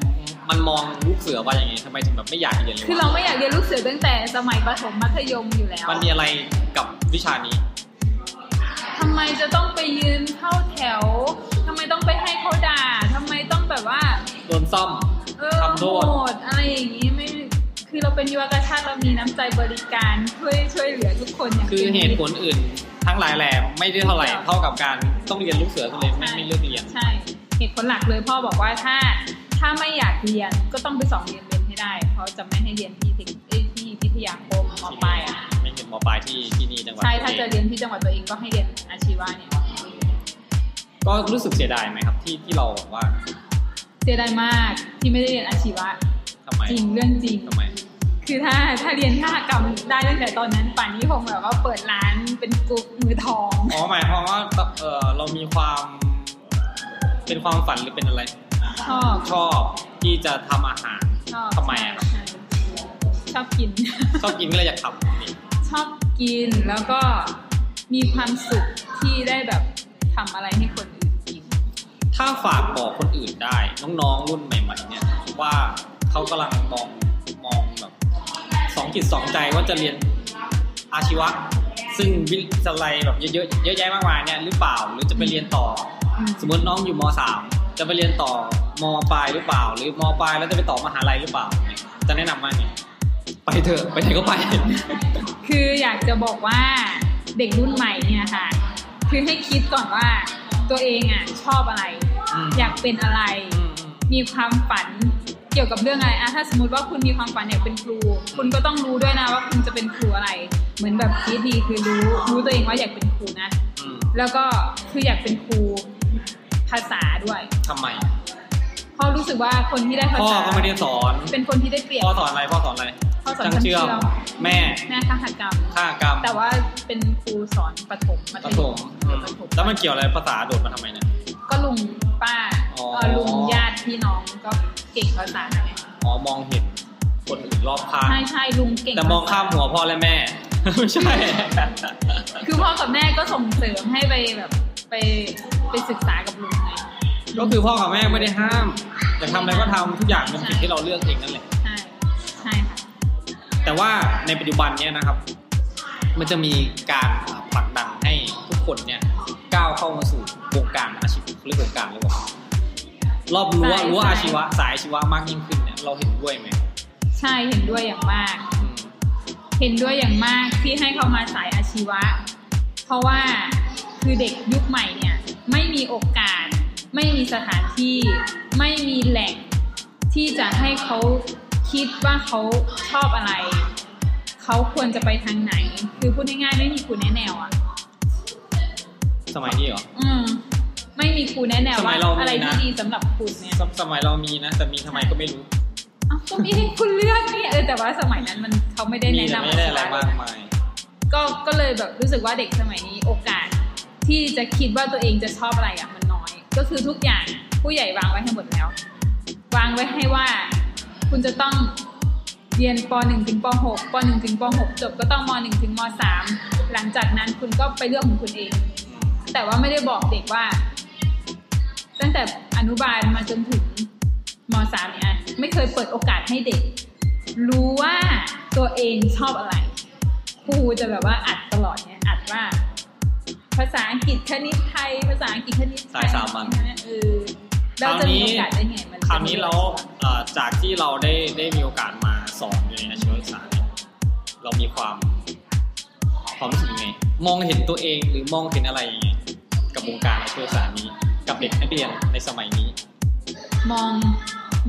S3: มันมองลูกเสือว่าอย่างไงทำไมถึงแบบไม่อยากเรียนเลย
S2: คือ
S3: วะ
S2: เราไม่อยากเรียนลูกเสือตั้งแต่สมัยประถมมัธยมอยู่แล้ว
S3: มันมีอะไรกับวิชานี้
S2: ทำไมจะต้องไปยืนเข้าแถวทำไมต้องไปให้เขาด่าทำไมต้องแบบว่า
S3: โดนซ่อม
S2: เออ
S3: ทำโท
S2: โห
S3: ษ
S2: ดอะไรอย่างนี้ไม่คือเราเป็นยุวกาชาติเรามีน้ำใจบริการช่วยช่วยเหลือทุกคนอย่าง
S3: คือ
S2: ต็ม
S3: เห
S2: ที่
S3: ตุผลอื่น ทั้งหลายแหล่ไม่ได้เท่าไหร่
S2: ใช่
S3: เท่ากับการต้องเรียนลูกเสือก็เลยไม่ไม่เลือกเรียน
S2: ใช่เหตุผลหลักเลยพ่อบอกว่าถ้าถ้าไม่อยากเรียนก็ต้องไปสอบเรียนเรียนให้ได้เพราะจะไม่ให้เรียนที่เทคเอ้ยที่พิทยาคมมปลายอ่ะ
S3: ไม่เห็นมปลายที่ที่นี่จังหวัด
S2: ใช่ถ้า
S3: ตัว
S2: จะ
S3: เอง
S2: เรียนที่จังหวัดตัวเองก็ให้เรียนอาชีวะเนี่ย
S3: ก็รู้สึกเสียดายไหมครับ ที่ที่เราแบบว่า
S2: เสียดายมากที่ไม่ได้เรียนอาชีวะ
S3: ทำไม
S2: จริงเรื่องจริง
S3: ทำไม
S2: คือถ้าถ้าเรียนฆาตกรรมได้ตั้งแต่ตอนนั้นป่านนี้คงแบบว่าเปิดร้านเป็นกรุ๊ปมือทอง
S3: อ๋อหมายความว่าเออเรามีความเป็นความฝันหรือเป็นอะไร
S2: ชอบ
S3: ชอบที่จะทำอาหาร
S2: ชอบ
S3: ทำไมอะ
S2: ใช่ชอบกิน
S3: ชอบกินก็เลยอยากทำนี่
S2: ชอบกินแล้วก็มีความสุขที่ได้แบบทำอะไรให้คนอื่นกิน
S3: ถ้าฝากบอกคนอื่นได้ น้องๆรุ่นใหม่ๆเนี่ยว่าเขากำลังมองมองแบบสองจิตสองใจว่าจะเรียนอาชีวะ ซึ่งวิทยาลัยแบบเยอะๆเยอะแยะมากมายเนี่ยหรือเปล่าหรือจะไปเรียนต่อ
S2: อืม
S3: สมมติน้องอยู่มสามจะไปเรียนต่อมปลายหรือเปล่า หรือมปลายแล้วจะไปต่อมหาลัยหรือเปล่าเนี่ยจะแนะนำว่าไงไปเถอะไปไหนก็ไป
S2: คืออยากจะบอกว่าเด็กรุ่นใหม่เนี่ยค่ะ คือให้คิดก่อนว่าตัวเองอ่ะชอบอะไร
S3: อืม
S2: อยากเป็นอะไร
S3: อืม
S2: มีความฝันเกี่ยวกับเรื่องอะไรอะถ้าสมมติว่าคุณมีความฝันอยากเป็นครู คุณก็ต้องรู้ด้วยนะว่าคุณจะเป็นครูอะไร เหมือนแบบคิดดีคือรู้รู้ตัวเองว่าอยากเป็นครูนะ
S3: อืม
S2: แล้วก็คืออยากเป็นครูภาษาด้วย
S3: ทำไม
S2: เพราะรู้สึกว่าคนที่ได้ภา
S3: พ่อ
S2: ษา
S3: ก็ไม่ได้สอน
S2: เป็นคนที่ได้เปรียบ
S3: พ่อสอนอะไรพ่อสอนอะไร
S2: พ่อสอน
S3: ช่างเชื่อม
S2: ช่างเชื่อม
S3: แม่
S2: แม่คหกรรม
S3: ข้ากรรม
S2: แต่ว่าเป็นครูสอนประถมมั
S3: ป
S2: ธ
S3: ระ
S2: ย
S3: ถ
S2: ม
S3: มอืม
S2: ประถม
S3: แล้วมันเกี่ยวอะไรภาษาโดดมาทำไมเนี่ย
S2: ก็ลุงป้า
S3: อ๋อ
S2: เอ่อลุงญาติพี่น้องก็เก่งภาษาไง
S3: อ๋อมองเห็นคนอื่นรอบข้าง
S2: ใช่ใช่ลุงเก่ง
S3: แต่มองข้ามหัวพ่อและแม่ ไม่ใช่
S2: คือพ่อกับแม่ก็ส่งเสริมให้ไปแบบไปไปศึกษากับลุงไง
S3: ก็คือพ่อกับแม่ไม่ได้ห้ามอยากทำอะไรก็ทำทุกอย่างเป็นสิ่งที่เราเลือกเองนั่นแหละ
S2: ใช่ใช่ค่ะ
S3: แต่ว่าในปัจจุบันเนี่ยนะครับ มันจะมีการผลักดันให้ทุกคนเนี่ยก้าวเข้ามาสู่วงการอาชีพหรือวงการหรือเปล่ารอบรั้วรั้วอาชีวะสายอาชีวะมากยิ่งขึ้นเนี่ยเราเห็นด้วยไหม
S2: ใช่เห็นด้วยอย่างมาก
S3: อืม
S2: เห็นด้วยอย่างมากที่ให้เขามาสายอาชีวะ เพราะว่าคือเด็กยุคใหม่เนี่ย ไม่มีโอกาส ไม่มีสถานที่ไม่มีแหล่งที่จะให้เขาคิดว่าเขาชอบอะไร เขาควรจะไปทางไหน คือพูดง่ายๆไม่มีครูแนะแนวอ่ะ
S3: สมัยนี้เหรอ
S2: อืม ไม่มีครูแนะแนว
S3: สมั
S2: ว่าย
S3: เรามีนะ
S2: อะไรที่ดีสำหรับคุณเนี่ย
S3: สสมัยเรามีนะ แต่มีทำไมก็ไม่รู้
S2: เอ้าก็มีให้คุณเลือกนี่เออแต่ว่าสมัยนั้นมันเขาไม่ได้
S3: มี
S2: แนะ
S3: แต่
S2: นำ
S3: ไม่ได้อะไรมากมาย
S2: ก็ ก็เลยแบบรู้สึกว่าเด็กสมัยนี้โอกาสที่จะคิดว่าตัวเองจะชอบอะไรอ่ะมันน้อย ก็คือทุกอย่างผู้ใหญ่วางไว้ให้หมดแล้ว วางไว้ให้ว่าคุณจะต้องเรียนป .1 ถึงป .6 ป .1 ถึงป .6 จบก็ต้องม .1 ถึงม .3 หลังจากนั้นคุณก็ไปเลือกของคุณเอง แต่ว่าไม่ได้บอกเด็กว่า ตั้งแต่อนุบาลมาจนถึงม .3 เนี่ยอะไม่เคยเปิดโอกาสให้เด็ก รู้ว่าตัวเองชอบอะไรครูจะแบบว่าอัดตลอดเนี่ยอัดว่า ภาษาอังกฤษคณิตไทย ภาษาอังกฤษคณิตไท
S3: สายสามัญ
S2: เออเราจะมีโอกาสได้ไงมัน
S3: คราวนี้เราเอ่อจากที่เราได้ได้มีโอกาสมาสอนอยู่ในอาชีวศึกษาเนี่ยเรามีความความรู้สึกยังไงมองเห็นตัวเองหรือมองเห็นอะไรยังไงกับวงการอาชีวศึกษานี้ กับเด็กนักเรียนในสมัยนี้
S2: มอง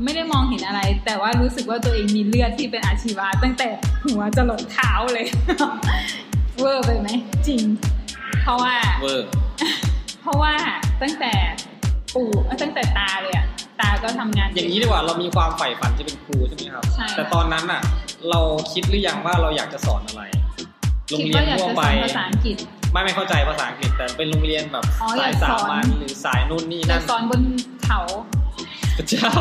S2: ไม่ได้มองเห็นอะไร แต่ว่ารู้สึกว่าตัวเองมีเลือดที่เป็นอาชีวะตั้งแต่หัวจะหลดเท้าเลย เวอร์ไปไหมจริง เพราะว่า
S3: เวอร์
S2: เพราะว่าตั้งแต่ปู่เอ้ยตั้งแต่ตาเลยอะตาก็ทำงาน
S3: อย่างนี้ดีกว่าเรามีความใฝ่ฝันจะเป็นครูใช่ไหมครับ
S2: ใช่
S3: แต่ตอนนั้นอ่ะ เราคิดหรือยังว่าเราอยากจะสอนอะไร โรง
S2: คิด
S3: เรียน
S2: ว่าอยาก
S3: ทั่ว
S2: จะ
S3: ไป
S2: สอนภาษาอังกฤษ
S3: ไม่ไม่เข้าใจภาษาอังกฤษแต่เป็นโรงเรียนแบบ
S2: อ๋ออ
S3: สาย
S2: ยากส
S3: สา
S2: อน
S3: มัญหรือสายนู่นนี่
S2: อยา
S3: นั่
S2: ก
S3: น
S2: สอนบนเขา
S3: พระเจ้า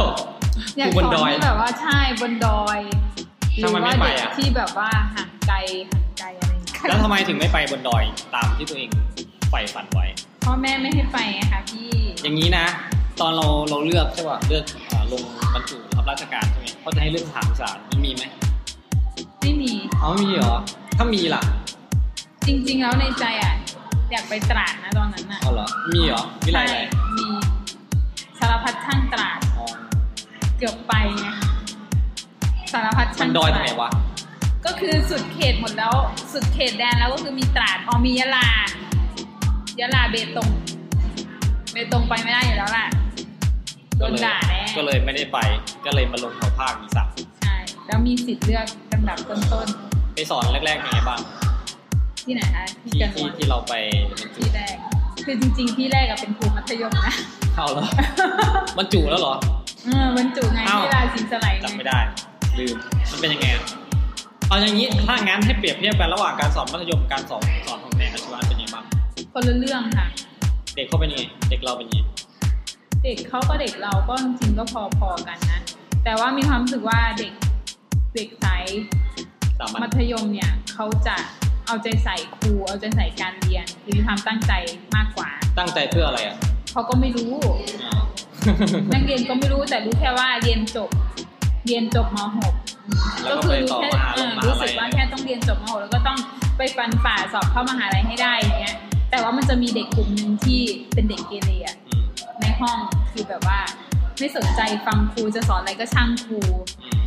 S2: อ
S3: ค
S2: ยาก
S3: รูบ
S2: สอน
S3: นดอย
S2: ที่แบบว่าใช่บนดอยหรื
S3: ทำไมไม่
S2: ว่า
S3: ไป
S2: เด็ก
S3: อะ
S2: ที่แบบว่าห่างไกลห่างไกลอะไรอย่างเงี้ย
S3: แล้วทำไมถึงไม่ไปบนดอยตามที่ตัวเองใฝ่ฝันไว้
S2: พ่อแม่ไม่ให้ไปไงคะพี่
S3: อย่างนี้นะ ตอนเราเราเลือกใช่ป่ะเลือกเอ่อลงบรรจุรับราชการใช่ไหมเขาจะให้เลือกสถานศึกษามันมีไหม
S2: ไม่มี
S3: อ๋อไม่มีเหรอ ถ้ามีล่ะ
S2: จริง ๆ แล้วในใจอะอยากไปตราดนะตอนนั้นอะ
S3: เอาเหรอมีเหรอวิไล
S2: ใช่
S3: อะไร
S2: มีสารพัดช่างตราด
S3: อ๋อ
S2: เกือบไปไงสารพัด
S3: มั
S2: ช่าน ง
S3: ดอย
S2: ต
S3: ตร
S2: ราง
S3: ไหน
S2: ด
S3: วะ
S2: ก็คือสุดเขตหมดแล้ว สุดเขตแดนแล้วก็คือมีตราดอ๋อมียะลายะลาเบตงเบตงไปไม่ได้อยู่แล้วล่ะโดน
S3: เลย
S2: ด่าแน่
S3: ก็เลยไม่ได้ไปก็เลยมาลงแถวภาคอีสาน
S2: ใช่แล้วมีสิทธิ์เลือกลำดับต้น
S3: ไปสอนแรกๆเป็นไงบ้าง
S2: ๆที่ไหนคะที่
S3: ที่
S2: กัน
S3: ที่
S2: วล
S3: ที่เราไปบรรจุ
S2: ที่แรก คือจริง ๆ ที่แรกอะเป็นครูมัธยมนะ
S3: เอาเหรอ บรรจุแล้วเหรอ
S2: เออมันจุไง
S3: อ้าว
S2: ที่ราศีสไลด์
S3: จำไม่
S2: ไง
S3: ได้ลืมมันเป็นยังไงอะเอาอย่างนี้ถ้างั้นให้เปรียบเทียบกันระหว่างการสอนมัธยมการสอนสอนของในอาชีวะเป็นยังไงบ้าง
S2: คนละเรื่องค่ะ
S3: เด็กเขาเป็นยังไงเด็กเราเป็นยังไง
S2: เด็กเขาก็เด็กเราก็จริงๆก็พอๆกันนะ แต่ว่ามีความรู้สึกว่าเด็กเด็กสาย
S3: สามัญ
S2: มัธยมเนี่ยเขาจะเอาใจใส่ครู เอาใจใส่การเรียนหรือมีความตั้งใจมากกว่า
S3: ตั้งใจเพื่ออะไรอ่ะ
S2: เขาก็ไม่ รู้
S3: อ้าว
S2: นักเรียนก็ไม่รู้แต่รู้แค่ว่าเรียนจบ เรียนจบม .6
S3: แล้วก็ไปต่อ
S2: แค่
S3: มหาลัยม
S2: เออรู้
S3: หา
S2: สึกว่า
S3: ลัย
S2: แค่ต้องเรียนจบม .6 แล้วก็ต้องไปฟันฝ่าสอบเข้ามหาลัยให้ได้อย่างเงี้ยแต่ว่ามันจะมีเด็กกลุ่มหนึ่งที่เป็นเด็กเกเรอะ
S3: อืม
S2: ในห้องคือแบบว่า ไม่สนใจฟังครูจะสอนอะไรก็ช่างครู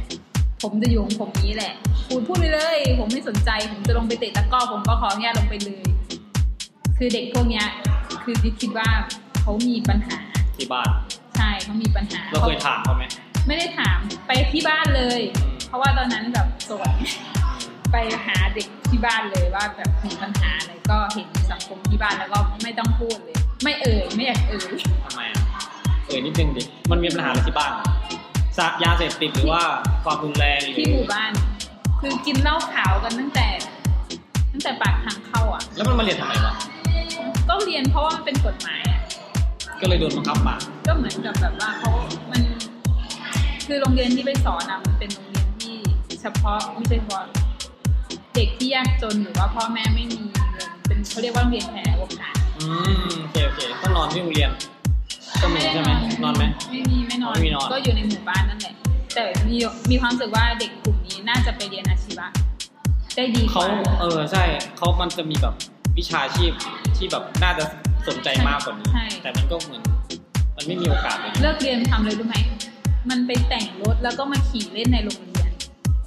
S3: อืม
S2: ผมจะอยู่ของผมนี้แหละพูดพูดไปเลย ผมไม่สนใจ ผมจะลงไปเตะตะกร้อ ผมก็ขออนุญาตลงไปเลย คือเด็กพวกเนี้ย คือดิคิดว่าเขามีปัญหา
S3: ที่บ้าน
S2: ใช่เขามีปัญหา
S3: เราเคยถามเขาไหม
S2: ไม่ได้ถามไปที่บ้านเลย
S3: อืม
S2: เพราะว่าตอนนั้นแบบโสด ไปหาเด็กที่บ้านเลยว่าแบบมีปัญหาอะไรก็เห็นสังคมที่บ้านแล้วก็ไม่ต้องพูดเลย ไม่เอ่ยไม่อยากเอ่ย
S3: ทำไมอะเอ่ยนิดนึงดิมันมีปัญหาอะไรที่บ้านสะยาเสพติดหรือว่าความรุนแรงหรื
S2: ที่
S3: อ
S2: หมู่บ้าน คือกินเหล้าขาวกันตั้งแต่ ตั้งแต่ปากทางเข้าอ่ะ
S3: แล้วมันมาเรียนทำไมวะ
S2: ก็เรียนเพราะว่ามันเป็นกฎหมายอ่ะ
S3: ก็เลยโดนบังคับมา
S2: ก็เหมือนกับแบบว่าเขามัน คือโรงเรียนที่ไปสอนอะมันเป็นโรงเรียนที่เฉพาะไม่ใช่เฉพาะเด็กที่ยากจนหรือว่าพ่อแม่ไม่มีเงินเป็นเขาเรียกว่าโรงเรียนแผนโอกาส
S3: อืมโอเคโอเคต้องนอนที่โรงเรียน ก็มีใช่ไหมนอนไหม
S2: ไม่มีไม่นอน
S3: ไม่มีนอน
S2: ก็อยู่ในหมู่บ้านนั่นแหละ แต่มีมีความรู้สึกว่าเด็กกลุ่มนี้น่าจะไปเรียนอาชีวะได้ดีก
S3: เขา
S2: ว่า
S3: เออใช่เขามันจะมีแบบวิชาชีพที่แบบน่าจะสนใจมากกว่านี้ แต่มันก็เหมือน มันไม่มีโอกาสเลย
S2: เลิกเรียนทำเลยรู้ไหม มันไปแต่งรถแล้วก็มาขี่เล่นในโรงเรียน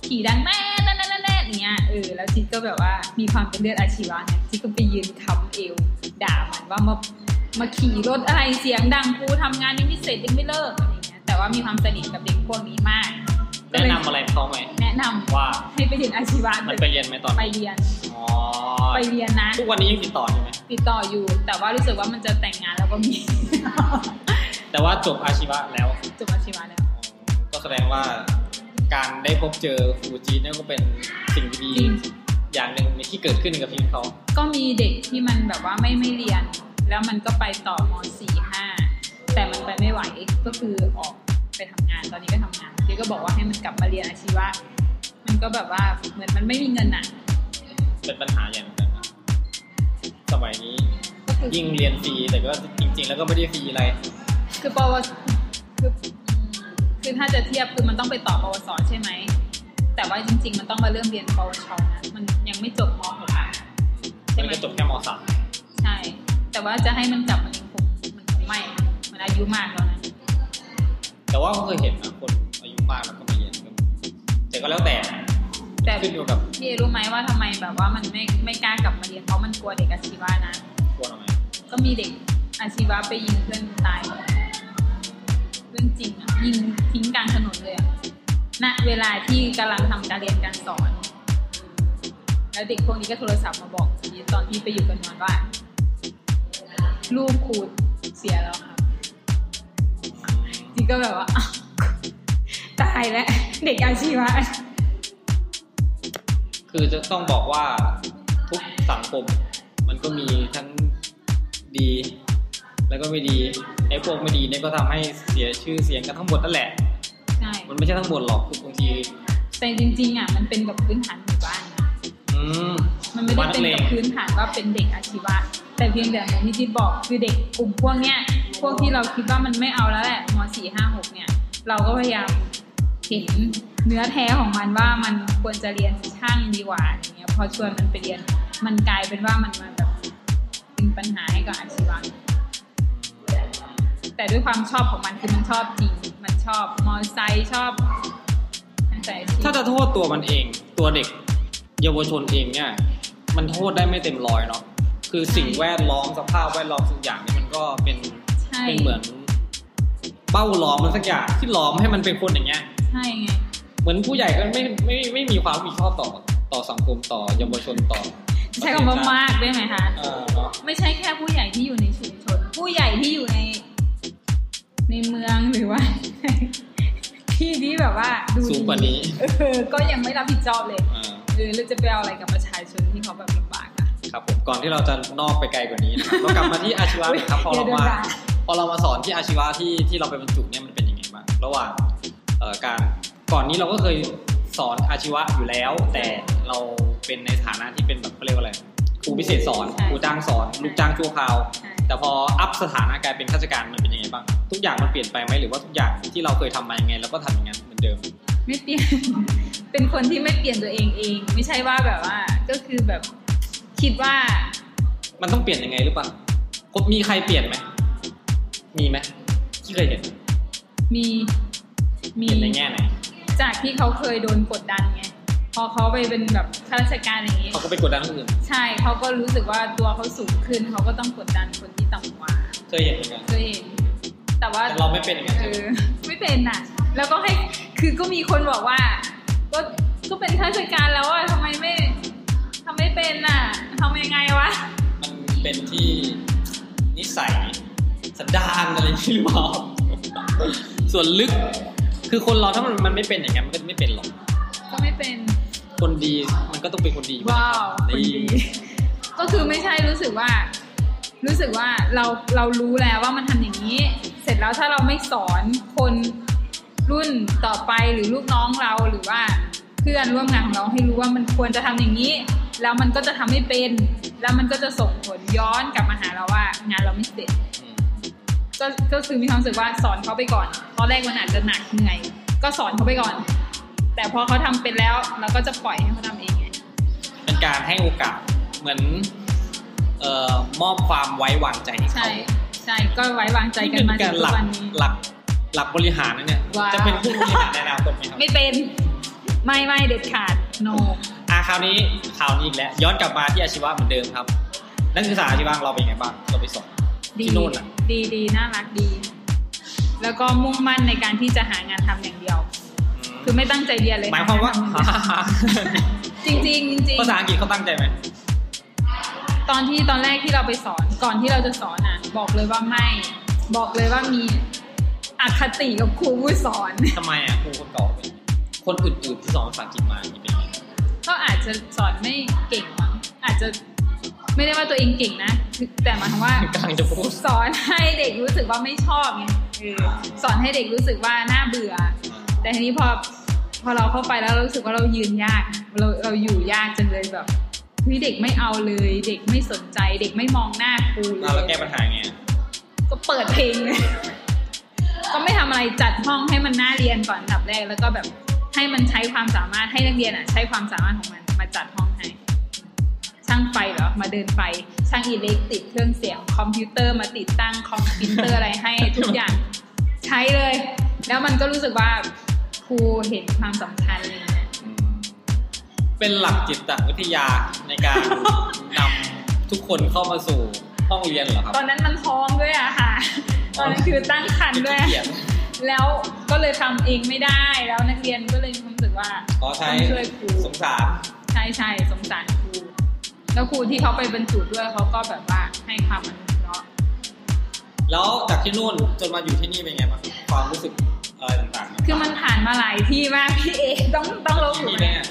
S2: ขี่ดังแม่แน่แน่แน่แน่อย่างเงี้ยเออแล้วจิ๊กก็แบบว่ามีความเป็นเลือดอาชีวะไงจิ๊กก็ไปยืนคำเอวด่ามันว่ามามาขี่รถอะไรเสียงดังกูทำงานยังไม่เสร็จยังไม่เลิกอะไรเงี้ยแต่ว่ามีความสนิทกับเด็กพวกนี้มากก็
S3: แนะ
S2: เลย
S3: นำอะไรเขาไหม
S2: แนะนำ
S3: ว่า
S2: ให้ไปเรียนอาชีวะ
S3: มันไปเรียนไหมตอน
S2: ไป
S3: นี้
S2: เรียน
S3: อ๋อ
S2: ไปเรียนนะ
S3: ทุกวันนี้ยังติดต่ออยู่ไหม
S2: ติดต่ออยู่ แต่ว่ารู้สึกว่ามันจะแต่งงานแล้วก็มี
S3: แต่ว่าจบอาชีวะแล้ว
S2: จบอาชีวะแล้ว
S3: อ๋อก็แสดงว่า การได้พบเจอครูจีนเนี่ยก็เป็นสิ่งดี
S2: จริง
S3: ๆอย่างหนึ่งในที่เกิดขึ้นกับชีวิตเขา
S2: ก็มีเด็กที่มันแบบว่าไม่ไม่เรียน แล้วมันก็ไปต่อมสี่ห้าแต่มันไปไม่ไหวก็คือออกไปทำงานตอนนี้ก็ทำงานเจ๊ก็บอกว่าให้มันกลับมาเรียนอาชีวะมันก็แบบว่าเหมือนมันไม่มีเงินอ่ะ
S3: เป็นปัญหาอย่างหนึ่งนะสมัยนี้
S2: ก็คือ
S3: ยิ่งเรียนฟรีแต่ก็จริง ๆ แล้วก็ไม่ได้ฟรีอะไร
S2: คือปวสคือคือถ้าจะเทียบคือมันต้องไปต่อปวสใช่ไหมแต่ว่าจริง ๆ มันต้องมาเริ่มเรียนปวชนะมันยังไม่จบมหกอ่ะใช่
S3: มัน
S2: ไหม
S3: ก็จบแค่มสาม
S2: ใช่ แต่ว่าจะให้มันกลับมันคงมันคงไม่อะมันอายุมากแล้วนะ
S3: แต่ว่าก็เคยเห็นนะคนอายุมากแล้วก็มาเรียนก็แต่ก็แล้วแต่
S2: แต่
S3: ขึ้นอยู่กับ
S2: พี่เอรู้ไหมว่าทำไมแบบว่ามันไม่ไม่กล้ากลับมาเรียนเพราะมันกลัวเด็กอาชีวะนะ
S3: ตัวทำไม
S2: ก็มีเด็กอาชีวะไปยิงเพื่อนตายหมดเรื่องจริงอ่ะยิงทิ้งกลางถนนเลยอ่ะณเวลาที่กำลังทำการเรียนการสอน แล้วเด็กพวกนี้ก็โทรศัพท์มาบอกทีนี้ตอนที่ไปอยู่กันนอนว่าลูกครูเสียแล้วค่ะ จีก็แบบว่า อ้าวตายแล้ว เด็กอาชีวะ
S3: คือจะต้องบอกว่าทุกสังคมมันก็มีทั้งดี แล้วก็ไม่ดีไอ้พวกไม่ดีเนี่ยก็ทำให้เสียชื่อเสียงกันทั้งหมดนั่นแหละ
S2: ใช่
S3: มันไม่ใช่ทั้งหมดหรอกคือบางที
S2: แต่จริงๆอ่ะมันเป็นกับพื้นฐานหมู่บ้านนะ
S3: อืม
S2: มันไม่ได้เป็นกับพื้นฐานว่าเป็นเด็กอาชีวะ แต่เพียงแต่อย่างที่จีบอกคือเด็กกลุ่มพวกเนี้ยพวกที่เราคิดว่ามันไม่เอาแล้วแหละมสี่ห้าหกเนี่ย เราก็พยายามเห็นเนื้อแท้ของมันว่ามันควรจะเรียนช่างดีกว่าอย่างเงี้ยพอชวนมันไปเรียน มันกลายเป็นว่ามันมาแบบเป็นปัญหาให้กับอาชีวะ แต่ด้วยความชอบของมันคือมันชอบจริง มันชอบมอไซค์ชอบแต่
S3: ถ้าจะโทษตัวมันเอง ตัวเด็ก เยาวชนเองเนี่ย มันโทษได้ไม่เต็มร้อยเนาะคือสิ่งแวดล้อมสภาพแวดล้อมทุกอย่างเนี่ยมันก็เป็น
S2: ใช่
S3: เป็นเหมือนเป้าหลอมมันสักอย่างที่หลอมให้มันเป็นคนอย่างเงี้ย
S2: ใช่ไง
S3: เหมือนผู้ใหญ่ก็ไม่ไม่ไม่ไม่มีความรับผิดชอบต่อต่อสังคมต่อเยาวชนต่อ
S2: ใช้คำว่ามากได้ไหมคะ
S3: เออเนาะ
S2: ไม่ใช่แค่ผู้ใหญ่ที่อยู่ในชุมชน ผู้ใหญ่ที่อยู่ใน ในเมืองหรือว่า ที่ที่แบบว่าดู
S3: สูงกว่านี้
S2: เออก็ยังไม่รับผิดชอบเลย
S3: อ่า
S2: เออแล้วจะไปเอาอะไรกับประชาชนที่เขาแบบลำบากอะ
S3: ครับผมก่อนที่เราจะนอกไปไกลกว่านี้นะครับเรากลับมาที่อาชีวะหน่อย ครับพอเรามา
S2: เดี๋ยวเดี๋ยว
S3: พอเรามาสอนที่อาชีวะที่ที่เราไปบรรจุเนี่ยมันเป็นยังไงบ้างระหว่างเอ่อการก่อนนี้เราก็เคยสอนอาชีวะอยู่แล้ว แต่เราเป็นในฐานะที่เป็นแบบเขาเรียกว่าอะไรครูพิเศษสอนครูจ้างสอนลูกจ้างชั่วคราว
S2: ใช่
S3: แต่พออัพสถานะกลายเป็นข้าราชการมันเป็นยังไงบ้าง ทุกอย่างมันเปลี่ยนไปไหมหรือว่าทุกอย่างที่เราเคยทำมายังไงแล้วก็ทำอย่างนั้นเหมือนเดิม
S2: ไม่เปลี่ยน เป็นคนที่ไม่เปลี่ยนตัวเองเอง ไม่ใช่ว่าแบบว่า ก็คือแบบคิดว่า
S3: มันต้องเปลี่ยนยังไงหรือเปล่าคนมีใครเปลี่ยนไหมมีไหมที่เคยเห็น
S2: มี มี
S3: เห็นในแง่ไหน
S2: จากที่เขาเคยโดนกดดันไง พอเขาไปเป็นแบบข้าราชการอย่างนี้
S3: เขาก็ไปกดดันคนอื่น
S2: ใช่ เขาก็รู้สึกว่าตัวเขาสูงขึ้น เขาก็ต้องกดดันคนที่ต่ำกว่า
S3: เคยเห็นเหมือนกัน
S2: เคยเห็น แต่ว่า
S3: แต่เราไม่เป็นอย่างนั้น
S2: เอ
S3: ใช่ไหม
S2: อ ไม่เป็นน่ะ แล้วก็ให้ คือก็มีคนบอกว่า ก็ ก็เป็นข้าราชการแล้วอะทำไมไม่ทำไม่เป็นน่ะทำยังไงวะ
S3: มันเป็นที่นิสัยสันดานอะไรอย่างนี้หรือเปล่า ส่วนลึกคือคนเราถ้ามันมันไม่เป็นอย่างนั้นมันก็ไม่เป็นหรอก
S2: ก็ไม่เป็น
S3: คนดีมันก็ต้องเป็นคนดี
S2: ว้าว
S3: นะค
S2: ค
S3: รับ
S2: นดีก็คือไม่ใช่รู้สึกว่า รู้สึกว่าเราเรารู้แล้วว่ามันทำอย่างนี้ เสร็จแล้วถ้าเราไม่สอนคนรุ่นต่อไปหรือลูกน้องเราหรือว่าเพื่อนร่วมงานของเราให้รู้ว่ามันควรจะทำอย่างนี้ แล้วมันก็จะทำไม่เป็น แล้วมันก็จะส่งผลย้อนกลับมาหาเราว่า งานเราไม่เสร็จ
S3: อืม
S2: ก็ก็คือมีความรู้สึกว่าสอนเขาไปก่อน ตอนแรกมันอาจจะหนักเหนื่อย ก็สอนเขาไปก่อน แต่พอเขาทำเป็นแล้วเราก็จะปล่อยให้เขาทำเองไง
S3: เป็นการให้โอกาสเหมือนเอ่อมอบความไว้วางใจให้เขา
S2: ใช่ใช่ก็ไว้วางใจกันมา
S3: เป็
S2: จน
S3: น
S2: ทุ
S3: หลั
S2: ก
S3: ก
S2: วันนี้
S3: หลักหลักบริหารนะเนี่ย
S2: ว้าว
S3: จะเป็นผู้บริหารในอนาคตไหมครับ
S2: ไม่เป็น ไม่ไม่เด็ดขาด no
S3: อ่ะคราวนี้คราวนี้อีกแล้วย้อนกลับมาที่อาชีวะเหมือนเดิมครับ นักศึกษาอาชีวะของเราเป็นไงบ้างเราไปสอน
S2: ดี
S3: ที่นู่นน่ะ
S2: ดีดีน่ารักดี แล้วก็มุ่งมั่นในการที่จะหางานทำอย่างเดียว คือไม่ตั้งใจเรียนเลย
S3: หมายความ ว่า
S2: จริงจริงๆจริงๆ
S3: ภาษาอังกฤษเขาตั้งใจไหม
S2: ตอนที่ตอนแรกที่เราไปสอนก่อนที่เราจะสอนอ่ะ บอกเลยว่าไม่ บอกเลยว่ามีอคติกับครูผู้สอน
S3: ทำไมอ่ะครูคนเก่าเขาเป็น คนอื่นๆที่สอนภาษาอังกฤษมานี่เป็นไง
S2: ก็อาจจะสอนไม่เก่งมั้งอาจจะไม่ได้ว่าตัวเองเก่งนะคือแต่หมายความว่า
S3: กำลังจะพูด
S2: สอนให้เด็กรู้สึกว่าไม่ชอบไงเออสอนให้เด็กรู้สึกว่าน่าเบื่อ แต่ทีนี้พอพอเราเข้าไปแล้วเรารู้สึกว่าเรายืนยาก เราเราอยู่ยากจังเลยแบบเฮ้ยเด็กไม่เอาเลย เด็กไม่สนใจ เด็กไม่มองหน้ากูเล
S3: เราแล้วแก้
S2: ย
S3: ปัญหาไง
S2: ก็เปิดเพลงเลย ก็ไม่ทำอะไรจัดห้องให้มันน่าเรียนก่อนอันดับแรก แล้วก็แบบให้มันใช้ความสามารถให้นักเรียนอ่ะ ใช้ความสามารถของมันมาจัดห้องให้ ช่างไฟเหรอ มาเดินไฟ ช่างอิเล็กติดเครื่องเสียง คอมพิวเตอร์มาติดตั้งคอมพิวเตอร์อะไรให้ ทุกอย่างใช้เลย แล้วมันก็รู้สึกว่าครูเห็นความสำคัญอะไรอย่างเลย
S3: อืมเป็นหลักจิตวิทยาในการ นำทุกคนเข้ามาสู่ห้องเรียนเหรอครับ
S2: ตอนนั้นมันท้องด้วยอะค่ะ ตอนนั้นคือตั้งครรภ์ด้วย
S3: ขี้เกียจ
S2: แล้วก็เลยทำเองไม่ได้ แล้วนักเรียนก็เลยมีความรู้สึกว่า
S3: ขอใช้
S2: ต้องช่วยครู
S3: สงสาร
S2: ใช่ใช่สงสารครูแล้วครูที่เขาไปบรรจุด้วยเขาก็แบบว่าให้ความอนุเคราะห์
S3: แล้วจากที่นู่นจนมาอยู่ที่นี่เป็นไงบ้างความรู้สึกอะไรต่างๆเนี่ย
S2: คือมันผ่านมาหลายที่มากพี่เอต้องต้องลง
S3: ที่
S2: ถูก
S3: นี่
S2: ไหม
S3: เนี่ย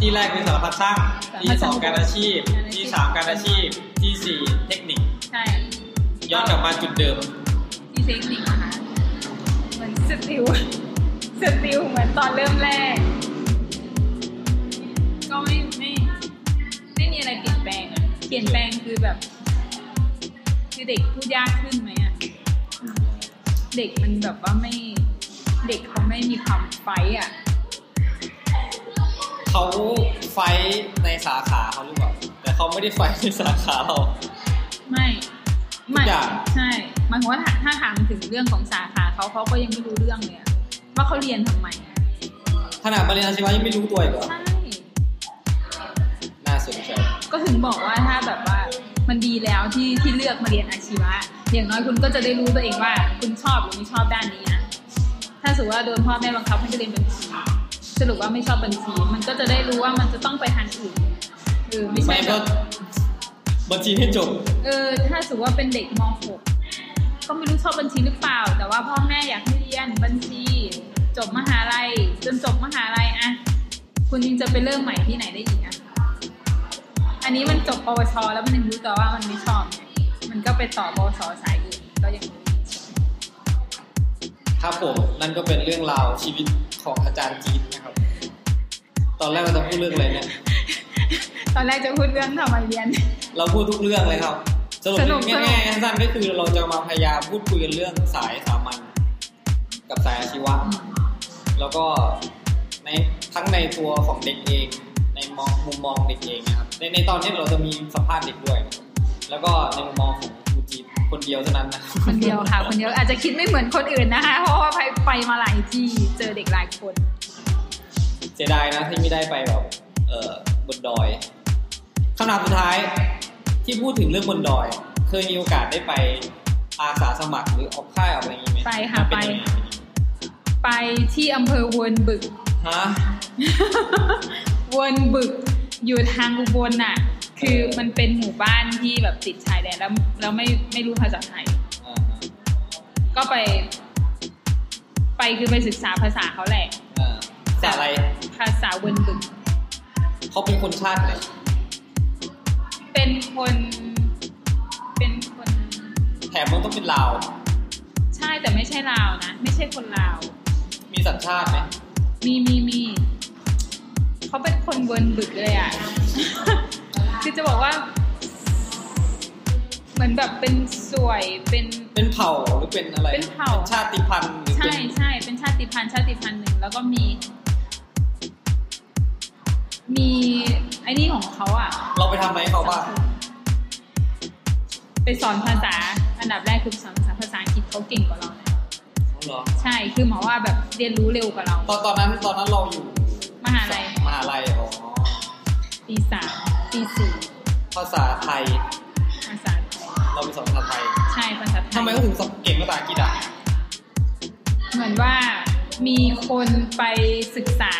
S3: ที่แรกเป็นสารพัดช่างที่สองการอาชีพ ที่สามการอาชีพ ที่สี่เทคนิค
S2: ใช่
S3: ย้อนกลับมาจุดเดิม
S2: ที่เทคนิคนะคะเหมือนสติวสติวเหมือนตอนเริ่มแรก ก็ไม่ไม่ไม่มีอะไรเปลี่ยนแปลงอะเปลี่ยนแปลงคือแบบ คือเด็กพูดยากขึ้นไหมอะเด็กมันแบบว่าไม่เด็กเขาไม่มีความไฟท์อะ
S3: เขาไฟท์ในสาขาเขาหรือเปล่าแต่เขาไม่ได้ไฟท์ในสาขาเรา
S2: ไม่ไม่
S3: ทุกอย่าง
S2: ใช่หมายความว่าถ้าถ้าถามถึงเรื่องของสาขาเขาเขาก็ยังไม่รู้เรื่องเลยอะว่าเขาเรียนทำไมอะ
S3: ขนาดมาเรียนอาชีวะยังไม่รู้ตัวอีกเหรอ
S2: ใช่
S3: น่าสนใจ
S2: ก็ถึงบอกว่าถ้าแบบว่ามันดีแล้วที่ที่เลือกมาเรียนอาชีวะ อย่างน้อยคุณก็จะได้รู้ตัวเองว่า คุณชอบหรือไม่ชอบด้านนี้นะถ้าสมมติว่าโดนพ่อแม่บังคับให้ไปเรียนบัญชีสรุปว่าไม่ชอบบัญชี มันก็จะได้รู้ว่ามันจะต้องไปทางอื่นหรือไม่ใช่
S3: ไม่
S2: แบ
S3: ก็
S2: บ
S3: บัญชีให้จบ
S2: เออถ้าสมมติว่าเป็นเด็กม .6 ก็ไม่รู้ชอบบัญชีหรือเปล่า แต่ว่าพ่อแม่อยากให้เรียนบัญชี จบมหาลัยจนจบมหาลัยอะคุณยังจะไปเริ่มใหม่ที่ไหนได้อีกอะอันนี้มันจบปวชแล้วมันยังรู้ตัวว่ามันไม่ชอบไงมันก็ไปต่อปวชสายอื่นก็ยังรู้
S3: ครับผมนั่นก็เป็นเรื่องราวชีวิตของอาจารย์จีดนะครับ ตอนแรกเราจะพูดเรื่องอะไรเนี่ย
S2: ตอนแรกจะพูดเรื่องทำไมเรียน
S3: เราพูดทุกเรื่องเลยครับสรุป
S2: สนุกสนุก
S3: ง่ายๆสั้นๆก็คือเราจะมาพยายามพูดคุยกันเรื่องสายสามัญกับสายอาชีวะ แล้วก็ในทั้งในตัวของเด็กเอง ในมองมุมมองเด็กเองนะครับในในตอนนี้เราจะมีสัมภาษณ์เด็กด้วยนะครับแล้วก็ในมุมมองของครูจีนคนเดียวเท่านั้นนะครับ
S2: คนเดียวค่ะคนเดียวอาจจะคิดไม่เหมือนคนอื่นนะคะ เพราะว่าไปไปมาหลายที่เจอเด็กหลายคน
S3: เสียดายนะที่ไม่ได้ไปแบบเออบนดอยคำถามสุดท้ายที่พูดถึงเรื่องบนดอย เคยมีโอกาสได้ไปอาสาสมัครหรือออกค่ายออกอะไรอย่างนี้ไหม
S2: ไปค่ะไป
S3: มันเป็นยังง
S2: ไปที่อำเภอเวิร์นบึก
S3: ฮะ
S2: วนบึกอยู่ทางอุบลน่ะ คือมันเป็นหมู่บ้านที่แบบติดชายแดนแล้วแล้วไม่ไม่รู้ภาษาไทย
S3: อ่า
S2: ก็ไป ไปคือไปศึกษาภาษาเขาแหละ
S3: อ่าแต่อะไร
S2: ภาษาเวนบึก
S3: เขาเป็นคนชาติไหน
S2: เป็นคน เป็นคน
S3: แถมมันต้องเป็นลาว
S2: ใช่แต่ไม่ใช่ลาวนะ ไม่ใช่คนลาว
S3: มีสัญชาติไหม
S2: มีมีมีเขาเป็นคนเวิร์นบึกเลยอ่ะ คือจะบอกว่า เหมือนแบบเป็นสวยเป็น
S3: เป็นเผ่าหรือเป็นอะไร
S2: เป็นเผ่า
S3: ชาติพันธุ์หรือ
S2: ใช่
S3: เป็น
S2: ใช่เป็นชาติพันธุ์ชาติพันธุ์หนึ่งแล้วก็มี มีไอ้นี่ของเขาอ่ะ
S3: เราไปทำอะไรให้เขาบ้าง
S2: ไปสอนภาษา อันดับแรกคือสอนภาษาภาษาอังกฤษเขาเก่งกว่าเรานะ
S3: อ๋อเหรอ
S2: ใช่คือหมายว่าแบบเรียนรู้เร็วกว่าเรา
S3: ตอนตอนนั้นตอนนั้นเราอยู่
S2: มหาลัย
S3: มหาลัยอ๋อ
S2: ปีสามปีสี่
S3: ภาษาไทย
S2: ภาษาไทย
S3: เราไปสอนภาษาไทย
S2: ใช่ภาษาไทย
S3: ทำไมเขาถึงสอบเก่งภาษาอังกฤษอ่ะ
S2: เหมือนว่ามีคนไปศึกษา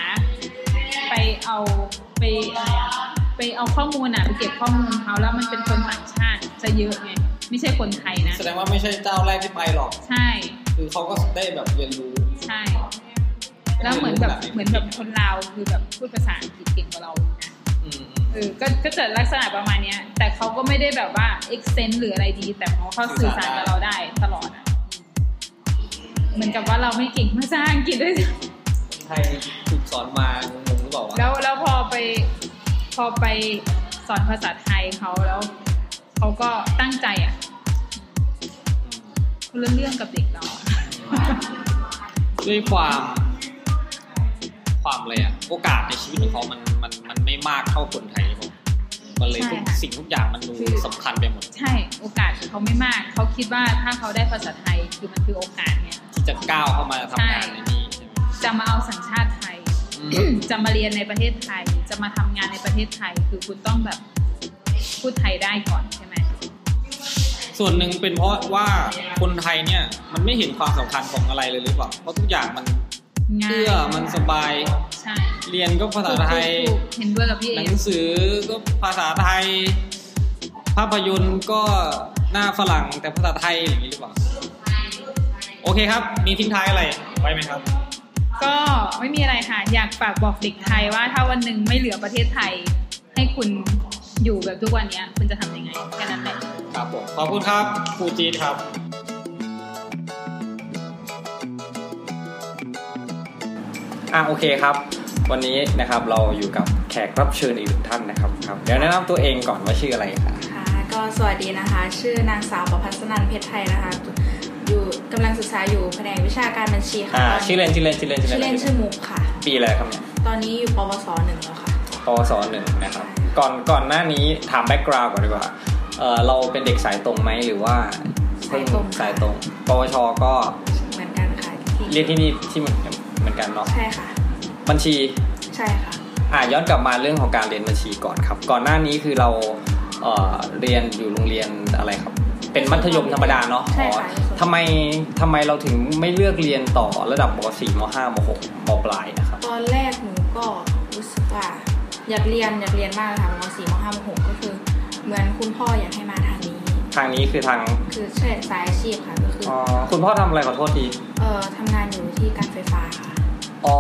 S2: ไปเอาไปอะไรอะไปเอาข้อมูลอ่ะไปเก็บข้อมูลเขาแล้วมันเป็นคนต่างชาติจะเยอะไงไม่ใช่คนไทยนะ
S3: แสดงว่าไม่ใช่เจ้าแรกที่ไปหรอก
S2: ใช่
S3: คือเขาก็ได้แบบเรียนรู้
S2: ใช่ แล้วเหมือนแบบเหมือนแบบคนลาวคือแบบพูดภาษาอังกฤษเก่งกว่าเรานะ
S1: อืม
S2: เออก็ก็จะลักษณะประมาณเนี้ย แต่เขาก็ไม่ได้แบบว่า extend หรืออะไรดี แต่เขาเขาสื่อสารกับเราได้ตลอดอะเหมือนกับว่าเราไม่เก่งภาษาอังกฤษด้วย
S1: คนไทยถูกสอนมางงหรือเปล่าวะ
S2: แล้วแล้วพอไปพอไปสอนภาษาไทยเขาแล้วเขาก็ตั้งใจอ่ะคนละเรื่องกับเด็กเราอะ
S1: ด้วยความ ความอะไรอะโอกาสในชีวิตของเขามันมันมันไม่มากเท่าคนไทยหรอกมันเลยทุกสิ่งทุกอย่างมันดูสำคัญไปหมด
S2: ใช่โอกาสเขาไม่มาก เขาคิดว่าถ้าเขาได้ภาษาไทยคือมันคือโอกาสไง
S1: ที่จะก้าวเข้ามาทำงานในนี้ใช่ไหม
S2: จะมาเอาสัญชาติไทย
S1: อื
S2: อื
S1: ม
S2: มจะมาเรียนในประเทศไทย จะมาทำงานในประเทศไทย คือคุณต้องแบบพูดไทยได้ก่อนใช่ไหม
S1: ส่วนหนึ่งเป็นเพราะว่าคนไทยเนี่ย มันไม่เห็นความสำคัญของอะไรเลยหรือเปล่าเพราะทุกอย่างมัน
S2: ง่าย
S1: เอื้อมันสบาย
S2: ใช่
S1: เรียนก็ภาษาไทย
S2: ถูกๆๆเห็นด้วยกับพี่
S1: ห
S2: เอ
S1: นั
S2: ง
S1: งสือก็ภาษาไทย ภาพยนตร์ก็หน้าฝรั่งแต่ภาษาไทยอย่างนี้หรือเปล่า โอเคครับ มีทิ้งท้ายอะไรไว้ไหมครับ
S2: ก็ไม่มีอะไรค่ะ อยากฝากบอกเด็กไทยว่าถ้าวันหนึ่งไม่เหลือประเทศไทย ให้คุณอยู่แบบทุกวันเนี้ย คุณจะทำยังไงแค่นั้นแหละ
S1: ครับผม ขอบคุณครับครูจีนครับ อ่ะโอเคครับ วันนี้นะครับเราอยู่กับแขกรับเชิญอีกหนึ่งท่านนะครับครับ เดี๋ยวแนะนำตัวเองก่อนว่าชื่ออะไรครับ
S4: ค่ะก็สวัสดีนะคะ ชื่อนางสาวประพัสนันเพชรไทยนะคะ อยู่กำลังศึกษาอยู่แผนกวิชาการบัญชีค่ะ
S1: อ่า
S4: ตนนี้
S1: ชื่อเล่นชื่อเล่นชื่อเล่น
S4: ชื่อเล่นชื่อมุกค่ะ
S1: ปีอะไรครับเนี่ย
S4: ตอนนี้อยู่ปวสหนึ่งแล้วค่ะ
S1: ปวสหนึ่งนะครับ ก่อนก่อนหน้านี้ถามแบ็กกราวด์ก่อนดีกว่าเออเราเป็นเด็กสายตรงไหมหรือว่าเพิ่
S4: สายตรง
S1: สายตรง ปวชก็
S4: เหมือนกันค่ะที่
S1: เรียนที่นี่ที่เหมือนกันเหมือนกันเนาะ
S4: ใช่ค่ะ
S1: บัญชี
S4: ใช่ค่ะ
S1: อ่ะย้อนกลับมาเรื่องของการเรียนบัญชีก่อนครับ ก่อนหน้านี้คือเราเอ่อเรียนอยู่โรงเรียนอะไรครับ เป็นมัธยมธรรมดาเนาะ
S4: ใช่
S1: อ๋อ
S4: ค่ะ
S1: ทำไมทำไมเราถึงไม่เลือกเรียนต่อระดับม .4 ม .5 ม .6 มปลายนะครับ
S4: ตอนแรกหนูก็รู้สึกว่าอยากเรียนอยากเรียนมากเลยค่ะมสี่มห้ามหกก็คือ เหมือนคุณพ่ออยากให้มาทางนี้
S1: ทางนี้คือทาง
S4: คือใช่สายอาชีพค่ะก็คือ
S1: อ๋อคุณพ่อทำอะไรขอโทษที
S4: เอ่อทำงานอยู่ที่การไฟฟ้าค่ะ
S1: อ๋อ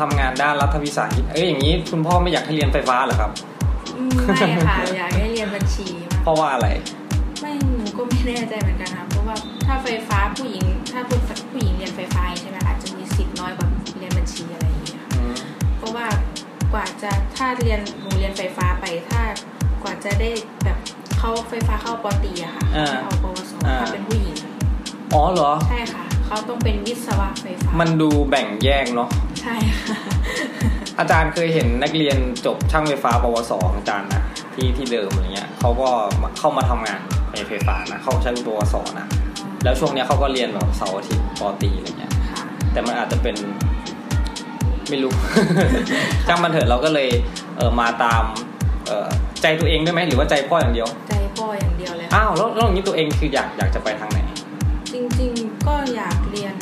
S1: ทำงานด้านรัฐวิสาหกิจ เอ้ย อย่างนี้คุณพ่อไม่อยากให้เรียนไฟฟ้าเหรอครับ
S4: อืมไม่ ค่ะ อยากได้เรียนบัญชีมาก
S1: เพราะว่าอะไร
S4: ไม่หนูก็ไม่แน่ใจเหมือนกันนะเพราะว่าถ้าไฟฟ้าผู้หญิง ถ้าผู้ผู้หญิงเรียนไฟฟ้าใช่ไหมอาจจะมีสิทธิ์น้อยกว่าเรียนบัญชีอะไรอย่างเงี้ยค่ะ
S1: อืม
S4: เพราะว่ากว่าจะถ้าเรียนหนูเรียนไฟฟ้าไปถ้ากว่าจะได้แบบเข้าไฟฟ้าเข้าปอตรีอะค่ะ
S1: อ่า
S4: เข้าปวส
S1: อ่า
S4: ถ้าเป็นผู้หญิง
S1: อ๋อเหรอ
S4: ใช่ค่ะ เขาต้องเป็นวิศวะไฟฟ้า
S1: มันดูแบ่งแยกเนาะ
S4: ใช่ค่ะ
S1: อาจารย์เคยเห็นนักเรียนจบช่างไฟฟ้าปวสของอาจารย์นะ ที่ที่เดิมอะไรเงี้ยเขาก็มาเข้ามาทำงานในไฟฟ้านะ เขาใช้ปวสนะ แล้วช่วงเนี้ยเขาก็เรียนแบบเสาร์อาทิตย์ปอตรีอะไรเงี้ย
S4: ค่ะ
S1: แต่มันอาจจะเป็นไม่รู้ ช่างมันเถอะเราก็เลยเออมาตามเอ่อใจตัวเองด้วยไหมหรือว่าใจพ่ออย่างเดียว
S4: ใจพ่ออย่างเดียวเลยค่ะ
S1: อ้าวแล้วแล้วอย่างนี้ตัวเองคืออยากอยากจะไปทางไหน
S4: จริงๆก็อยากเรียน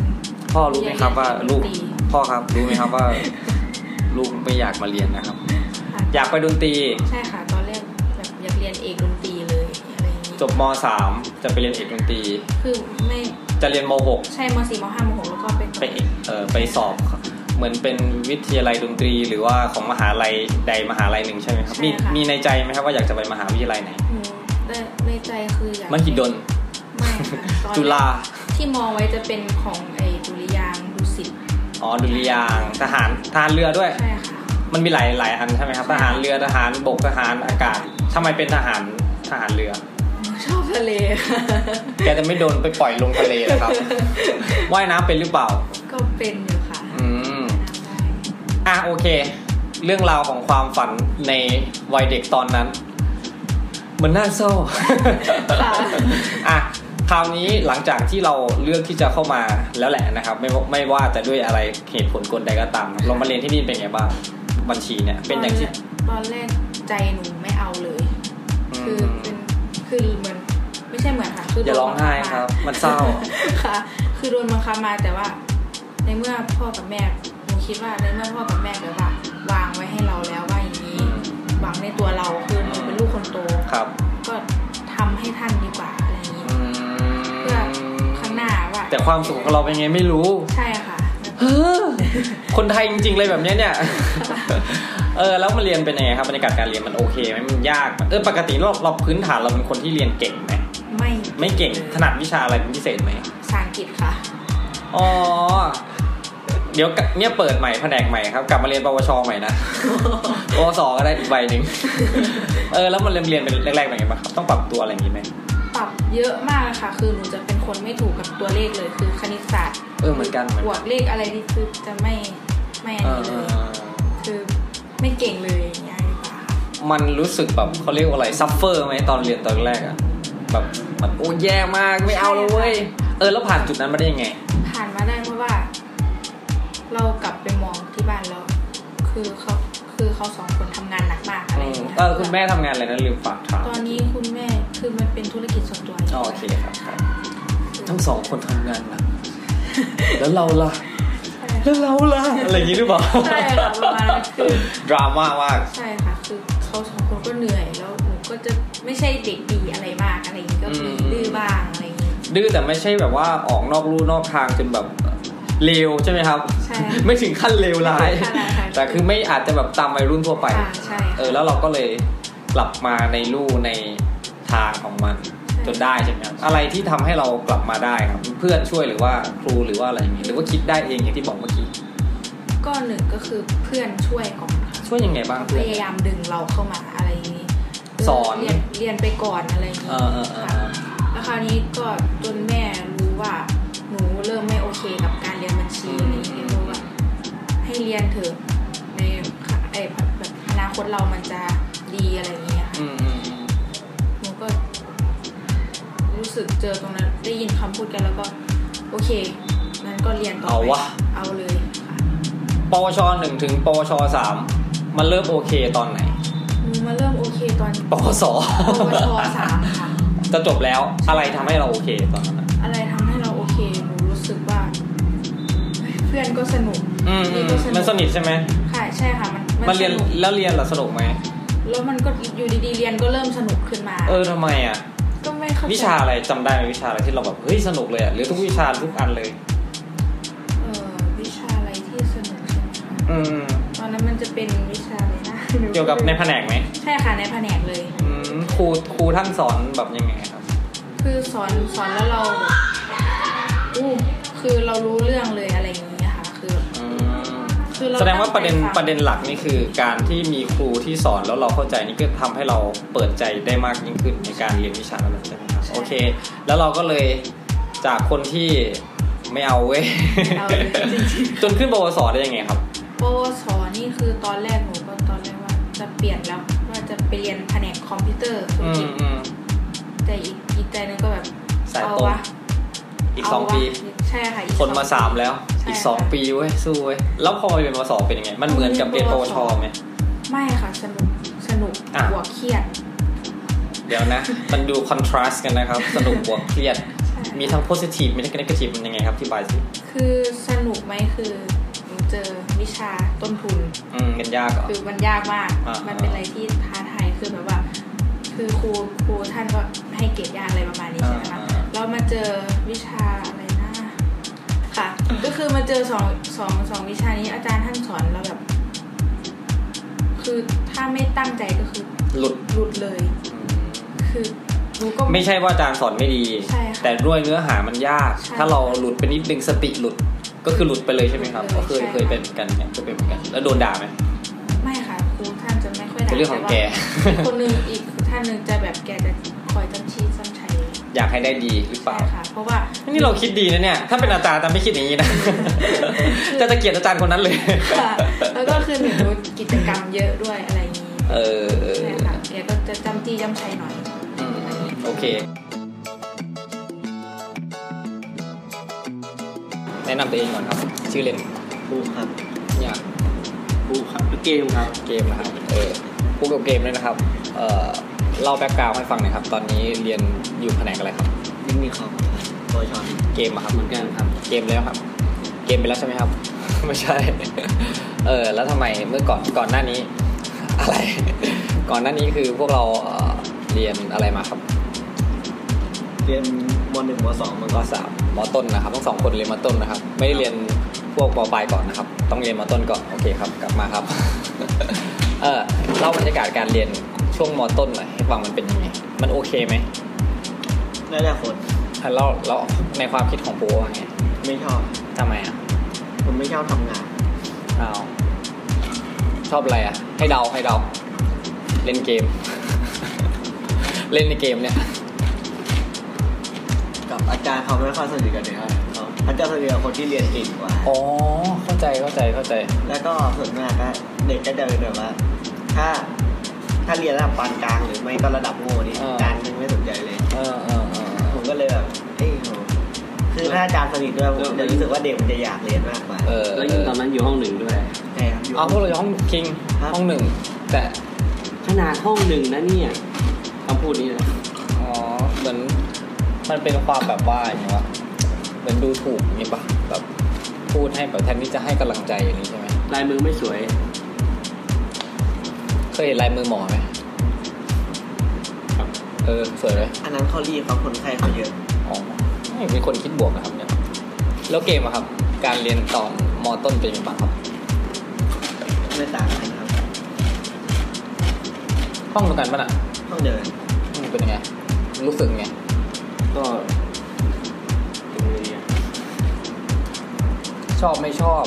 S1: พ่อรู้ไหมครับว่าลูก
S4: ดนตรี
S1: พ่อครับรู้ไหมครับว่า ลูกไม่อยากมาเรียนนะครับ
S4: ค่ะ
S1: อยากไปดนตรี
S4: ใช่ค่ะตอนแรกแบบอยากเรียนเอกดนตรีเลยอะไรอย่างงี้
S1: จบม .3 จะไปเรียนเอกดนตรี
S4: คือไม่
S1: จะเรียนม
S4: ใช่มสี่มห้ามหกแล้วก็
S1: .6
S4: ไปต่
S1: ไปเอกเออไปสอบ เหมือนเป็นวิทยาลัยดนตรี หรือว่าของมหาลัยใดมหาลัยหนึ่งใช่ไหมครับ
S4: ใช่
S1: มี
S4: ค่ะ
S1: มีในใจไหมครับว่าอยากจะไปมหาวิทยาลัยไหน
S4: หนูแต่ในใจคืออยาก
S1: มหิดล
S4: ไม่ค่ะตอน
S1: จุฬา
S4: ที่มองไว้จะเป็นของไอ้ดุริยางค์ดุสิต
S1: อ๋อดุริยางค์ทหารทหารเรือด้วย
S4: ใช่ค่ะ
S1: มันมีหลายหลายอันใช่ไหมครับทหารเรือทหารบกทหารอากาศทำไมเป็นทหารทหารเรือ
S4: หนูชอบทะเล ค่ะ
S1: แกจะไม่โดนไปปล่อยลงทะเลนะครับ ว่ายน้ำเป็นหรือเปล่า
S4: ก็เป็นอยู่ค่ะ
S1: อืม อ่ะโอเค เรื่องราวของความฝันในวัยเด็กตอนนั้น มันน่าเศร้า
S4: ค่ะ
S1: อ่ะคราวนี้หลังจากที่เราเลือกที่จะเข้ามาแล้วแหละนะครับ ไม่ว่าไม่ว่าจะด้วยอะไรเหตุผลกลใดก็ตามเรามาเรียนที่นี่เป็นไงบ้างบัญชีเนี่ยเป็นอย่างที่
S4: ตอนแรกใจหนูไม่เอาเลย คือ
S1: ม
S4: เป็นคือเหมือนไม่ใช่เหมือนค่ะ คือ
S1: อ
S4: โด
S1: ย่าน ร้องไห้
S4: บัง
S1: ค
S4: คับ
S1: รับ
S4: มา
S1: มันเศร้า
S4: ค่ะ คือโดนบังคับมาแต่ว่า ในเมื่อพ่อกับแม่หนูคิดว่าในเมื่อพ่อกับแม่แบบว่าวางไว้ให้เราแล้วว่าอย่างนี้หวังในตัวเราคือหนูเป็นลูกคนโต
S1: ครับ
S4: ก็ทำให้ท่านดีกว่าอะไรอย่างนี้
S1: อืม
S4: เพื่อข้างหน้าว่า
S1: แต่ความสุขของเราเป็นไงไม่รู้
S4: ใช่ค่ะ
S1: เฮ้อ คนไทยจริง ๆ เลยแบบเนี้ย เนี่ย เออแล้วมาเรียนเป็นยังไงครับบรรยากาศการเรียนมันโอเคไหมมันยากไหมเออปกติเราเราพื้นฐานเราเป็นคนที่เรียนเก่งไหม
S4: ไม่
S1: ไม่เก่งถนัดวิชาอะไรเป็นพิเศษไหม
S4: ภาษาอังกฤษค่ะ
S1: อ๋อเดี๋ยวกะเนี่ยเปิดใหม่แผนกใหม่ครับ กลับมาเรียนปวชใหม่นะ ปวสก็ได้อีกใบหนึ่งเออแล้วมันเรียนเรียนเป็นแรกๆเป็นไงบ้างครับต้องปรับตัวอะไรอย่างนี้ไหม
S4: ปรับเยอะมากเลยค่ะ คือหนูจะเป็นคนไม่ถูกกับตัวเลขเลย คือคณิตศาสตร์
S1: เออเหมือนกันเหมือนกัน
S4: บวกเลขอะไรนี่คือจะไม่ไม่อัน
S1: เอ
S4: นี้เลย
S1: อ
S4: คือไม่เก่งเลยอย่างเงี้ยดีกว่า
S1: มันรู้สึกแบบเขาเรียกว่าอะไรซัฟเฟอร์ไหมตอนเรียนตอนแรกอะแบบมันโอ้แย่มากไม่เอาแล้วเว้ยเออแล้วผ่านจุดนั้นมาได้ยังไง
S4: ผ่านมาได้เพราะว่า เรากลับไปมองที่บ้านแล้ว คือเขาคือเขาสองคนทำงานหนักมากอะไรอย่างเงี้ย
S1: เออคุณแม่ทำงานอะไรนะลืมฝากถาม
S4: ตอนนี้คุณแม่คือมันเป็นธุรกิจส่วนตัว
S1: อ๋อโอเคครับครับทั้งสองคนทำงานหนะแล้วเราล่ะแล้วเราล่ะอะไรอย่างนี้หรือเปล่า
S4: ใช่ค่ะประมาณนั้นคือ
S1: ดราม่ามาก
S4: ใช่ค่ะ คือเขาสองคนก็เหนื่อย แล้วหนูก็จะไม่ใช่เด็กดีอะไรมากอะไรอย่างนี้ก็มีดื้อบ้างอะไรอย่างนี้
S1: ดื้อแต่ไม่ใช่แบบว่าออกนอกลู่นอกทางจนแบบเลวใช่ไหมครับ
S4: ใช่
S1: ไม่ถึงขั้นเลวร้าย
S4: ไม่ถึงขั้นร้ายค่ะ
S1: แต่คือไม่อาจจะแบบตามวัยรุ่นทั่วไป
S4: ค่ะใช่
S1: เอ
S4: ค่ะ
S1: อแล้วเราก็เลยกลับมาในลู่ในทางของมันจนได้ใช่ไหมครับอะไรที่ทำให้เรากลับมาได้ครับ เพื่อนช่วยหรือว่าครูหรือว่าอะไรอย่างงี้หรือว่าคิดได้เองอย่างที่บอกเมื่อกี้
S4: ก็หนึ่งก็คือเพื่อนช่วยก่อนค่ะ
S1: ช่วยยังไงบ้าง
S4: พ
S1: เพื่อน
S4: ยายามดึงเราเข้ามาอะไรอย่างนี้
S1: สอน
S4: เรียนเรียนไปก่อนอะไรอย่าง
S1: เอ
S4: นี้
S1: อเออเออเอ
S4: ค่ะ
S1: อ
S4: แล้วคราวนี้ก็จนแม่รู้ว่า หนูเริ่มไม่โอเคกับการเรียนบัญชีอะไรอย่างนี้รู้ว่าให้เรียนเถอะในค่ะไอแบบอนาคตเรามันจะดีอะไรอย่างนี้ค่ะ
S1: อืมอืมอืม
S4: หนูก็รู้สึกเจอตรงนั้นได้ยินคำพูดกันแล้วก็ โอเคงั้นก็เรียนต่อ
S1: เอา
S4: ไป
S1: วะ
S4: เอาเลยค่ะ
S1: ปวชหนึ่งถึงปวชสามมันเริ่มโอเคตอนไหน
S4: หนูมาเริ่มโอเคตอน
S1: ปวส
S4: ปวชสามค่ะ
S1: จะจบแล้วอะไรทำให้เราโอเคตอนนั้นอะ
S4: อะไรทำให้เราโอเคหนูรู้สึกว่า เพื่อนก็สนุก
S1: อืมอื
S4: นี่
S1: ม
S4: ก็ก
S1: มันสนิทใช่ไหม
S4: ค่ะใช่ค่ะ มัน
S1: มันเรียน
S4: สก
S1: แล้วเรียนเหรอสนุกไหม
S4: แล้วมันก็อยู่ดีๆเรียนก็เริ่มสนุกขึ้นมา
S1: เออทำไมอ่ะ
S4: ก็ไม่เข้าใจ
S1: วิชาอะไรจำได้ไหมวิชาอะไรที่เราแบบเฮ้ยสนุกเลยอ่ะหรือทุกวิชาทุกอันเลย
S4: เออวิชาอะไรที่สนุกใช่ไหมคะ
S1: อืม
S4: ตอนนั้นมันจะเป็นวิชาอะไรนะห
S1: เกี่ยวกับในแผนกไหม
S4: ใช่ค่ะในแผนกเลย
S1: อืมครูครูท่านสอนแบบยังไงครับ
S4: คือสอนสอนแล้วเราแบบอู้คือเรารู้เรื่องเลยอะไรอย่างเงี้ยค่ะ คือ
S1: อืม
S4: คือเรา
S1: แสดงว่าประเด็น
S4: ตั้งใจฟัง
S1: ประเด็นหลักนี่คือ การที่มีครูที่สอนแล้วเราเข้าใจนี่ก็ทำให้เราเปิดใจได้มากยิ่งขึ้นในการเรียนวิชานั้นใช่ไหมครับโอเค แล้วเราก็เลยจากคนที่ไม่เอาเว้ย
S4: เอาเลยจริง
S1: จนขึ้นปวสได้ยังไงครับ
S4: ๆปวสนี่คือตอนแรกหนูก็ตอนแรกว่าจะเปลี่ยนแล้วว่าจะไปเรียนแผนกคอมพิวเตอร์ธุร
S1: อื
S4: กิ
S1: ม
S4: จ
S1: อืม
S4: แต่อีกอีกใจหนึงก็แบบ
S1: สาย
S4: เอา
S1: ตรง
S4: วะ
S1: อีก
S4: เา
S1: สอง
S4: วะ
S1: ปี
S4: ใช่ค่ะอีก
S1: คนมา
S4: อง
S1: สามแล้ว
S4: ใช่
S1: อีกสอง
S4: ค่ะ
S1: ปีเว้ยสู้เว้ยแล้วพอเรียนปวสเป็นยังไง มันเหมือนกับเรียนปวชไหม
S4: ไม่ค่ะสนุกสนุก
S1: อ่ะ
S4: บวกเครียด
S1: เดี๋ยวนะ มันดูคอนทราสต์กันนะครับ สนุกบวกเครียด
S4: ใช่
S1: มีทั้งโพ i ิทีฟมีทั้ง n e ก a ทีฟมันยังไงครับที่บายสิ
S4: คือสนุกไหมคือหนูเจอวิชาต้นทุน
S1: อืมกันยากเหรอ
S4: คือมันยากมาก
S1: อ่ามั
S4: มันเป็นอะไรที่ท้าทาย คือแบบว่า คือครูครูท่านก็ให้เกรดยากอะไรประมาณนี้ใช่ไหมคะเรามาเจอวิชาอะไรนะ ค่ะ ก็คือมาเจอสองสองสองวิชานี้ อาจารย์ท่านสอนเราแบบ คือถ้าไม่ตั้งใจก็คือ
S1: หลุด
S4: หลุดเลย คือหนูก็
S1: ไม่ใช่ว่าอาจารย์สอนไม่ดี
S4: ใช่ค่ะ
S1: แต่ด้วยเนื้อหามันยาก
S4: ใช่
S1: ถ้าเราหลุดไปนิดนึงสติหลุด ก็คือหลุดไปเลยใช่ไหมครับ
S4: หลุ
S1: ก็
S4: ด
S1: เค
S4: เลย
S1: ย
S4: ใช่
S1: เคยเป็นเหมือนกันเนี่ยเคยเป็นเหมือนกัน แล้วโดนด่าไหม
S4: ไม่ค่ะ ครูท่านจะไม่ค่อยด่า
S1: เป็นเรื่องของแก
S4: ต่ว่าคนหนึงอีกท่านหนึงจะแบบแกจะคอยจำชี้จำชัย
S1: อยากให้ได้ดีหรือเป
S4: ใช่
S1: ล่า
S4: ค่ะ เพราะว่า
S1: นี่เราคิดดีนะเนี่ย ถ้าเป็นอาจารย์จะไม่คิด อย่างนี้นะ จะจะเกลียดอาจารย์คนนั้นเลย
S4: ค่ะแล้วก็คือหนูกิจกรรมเยอะด้วยอะไรอย่างนี้
S1: เออเออ
S4: ใช่ค่ะแกก็จะจำจี้จำชัยหน่อย
S1: อืมโอเค แนะนำตัวเองก่อนครับ ชื่อเล่น
S5: ปูครับ
S1: เนี่ย
S5: ปูครับเกมครับ
S1: เกมนะครับ เออพูดกับเกมด้วยนะครับ เออเล่าแบ็กกราวด์ให้ฟังหน่อยครับ ตอนนี้เรียนอยู่แผนกอะไรครับ
S5: ยิ่งมีครับบอยชอน
S1: เกมอะครับ
S5: เหมือนกันครับ
S1: เกมแล้วครับ เกมไปแล้วใช่ไหมครับ ไม่ใช่ เออ แล้วทำไมเมื่อก่อนก่อนหน้านี้ อะไร ก่อนหน้านี้คือพวกเราเอ่อเรียนอะไรมาครับ
S5: เรียนมหนึ่งมสองมัน
S1: ม
S5: ก็
S1: สามมต้นนะครับทั้งสองคนเรียนมต้นนะครับ ไม่ได้เรียนพวกปปลายก่อนนะครับ ต้องเรียนมต้นก่อนโอเคครับกลับมาครับ เออเล่าบรรยากาศการเรียนช่วงมต้นหน่อยให้ฟังมันเป็นยังไงมันโอเคไหม
S5: ได้แต่คน
S1: อ่ะเราเราในความคิดของปูว่าไง
S5: ไม่ชอบ
S1: ทำไมอ่ะ
S5: ผมไม่ชอบทำงาน
S1: อ้าวชอบอะไรอ่ะ ให้เดาให้เดาเล่นเกม เล่นในเกมเนี่ย
S5: กับอาจารย์เขาไม่ค่อยสนิทกันเลยครับเขาอาจารย์สนิทกับคนที่เรียนเก่งกว่า
S1: อ๋อเข้าใจเข้าใจเข้าใจ
S5: แล้วก็ส่วนมากก็เด็กก็จะเป็นแบบว่า ถ้า ถ้าเรียนระดับปานกลางหรือไม่ก็ระดับโง่นี่
S1: อ่า
S5: อาจารย์ยังไม่สนใจเลย
S1: เออเออเออ
S5: ผมก็เลยแบบเอ้ยโหคือถ้าอาจารย์สนิทด้วยผมจะรู้สึกว่าเด็กมันจะอยากเรียนมากกว่า
S1: เออ
S6: แล้วยิ่งตอนนั้นอยู่ห้องหนึ่งด้วย
S5: ใช่ครับ
S1: เอาพวกเราอยู่ห้องคิง
S5: ครับ
S1: ห้องหนึ่งแต่
S6: ขนาดห้องหนึ่งนะเนี่ยคำพูดนี้นะ
S1: อ๋อเหมือนมันเป็นความแบบว่าอย่างไงวะเหมือนดูถูกนี่ปะแบบพูดให้แบบแทนที่จะให้กำลังใจอย่างนี้ใช่ไหม
S6: ลายมือไม่สวย
S1: เคยเห็นลายมือหมอไหมเออสวยไหม
S5: อันนั้นเขารีบเขาคนไข้เขาเยอะ
S1: อ๋อไม่มีคนคิดบวกนะครับเนี่ยแล้วเกมอะครับ การเรียนตอนมต้นเป็นยังไงบ้างครับ
S5: ไม่ต่างกันครับ
S1: ห้องเดียวกันปะน่ะ
S5: ต้องเดิน
S1: อืมเป็นยังไงรู้สึกไง
S6: ก็เป็นไงดีอะ
S1: ชอบไม่ชอบ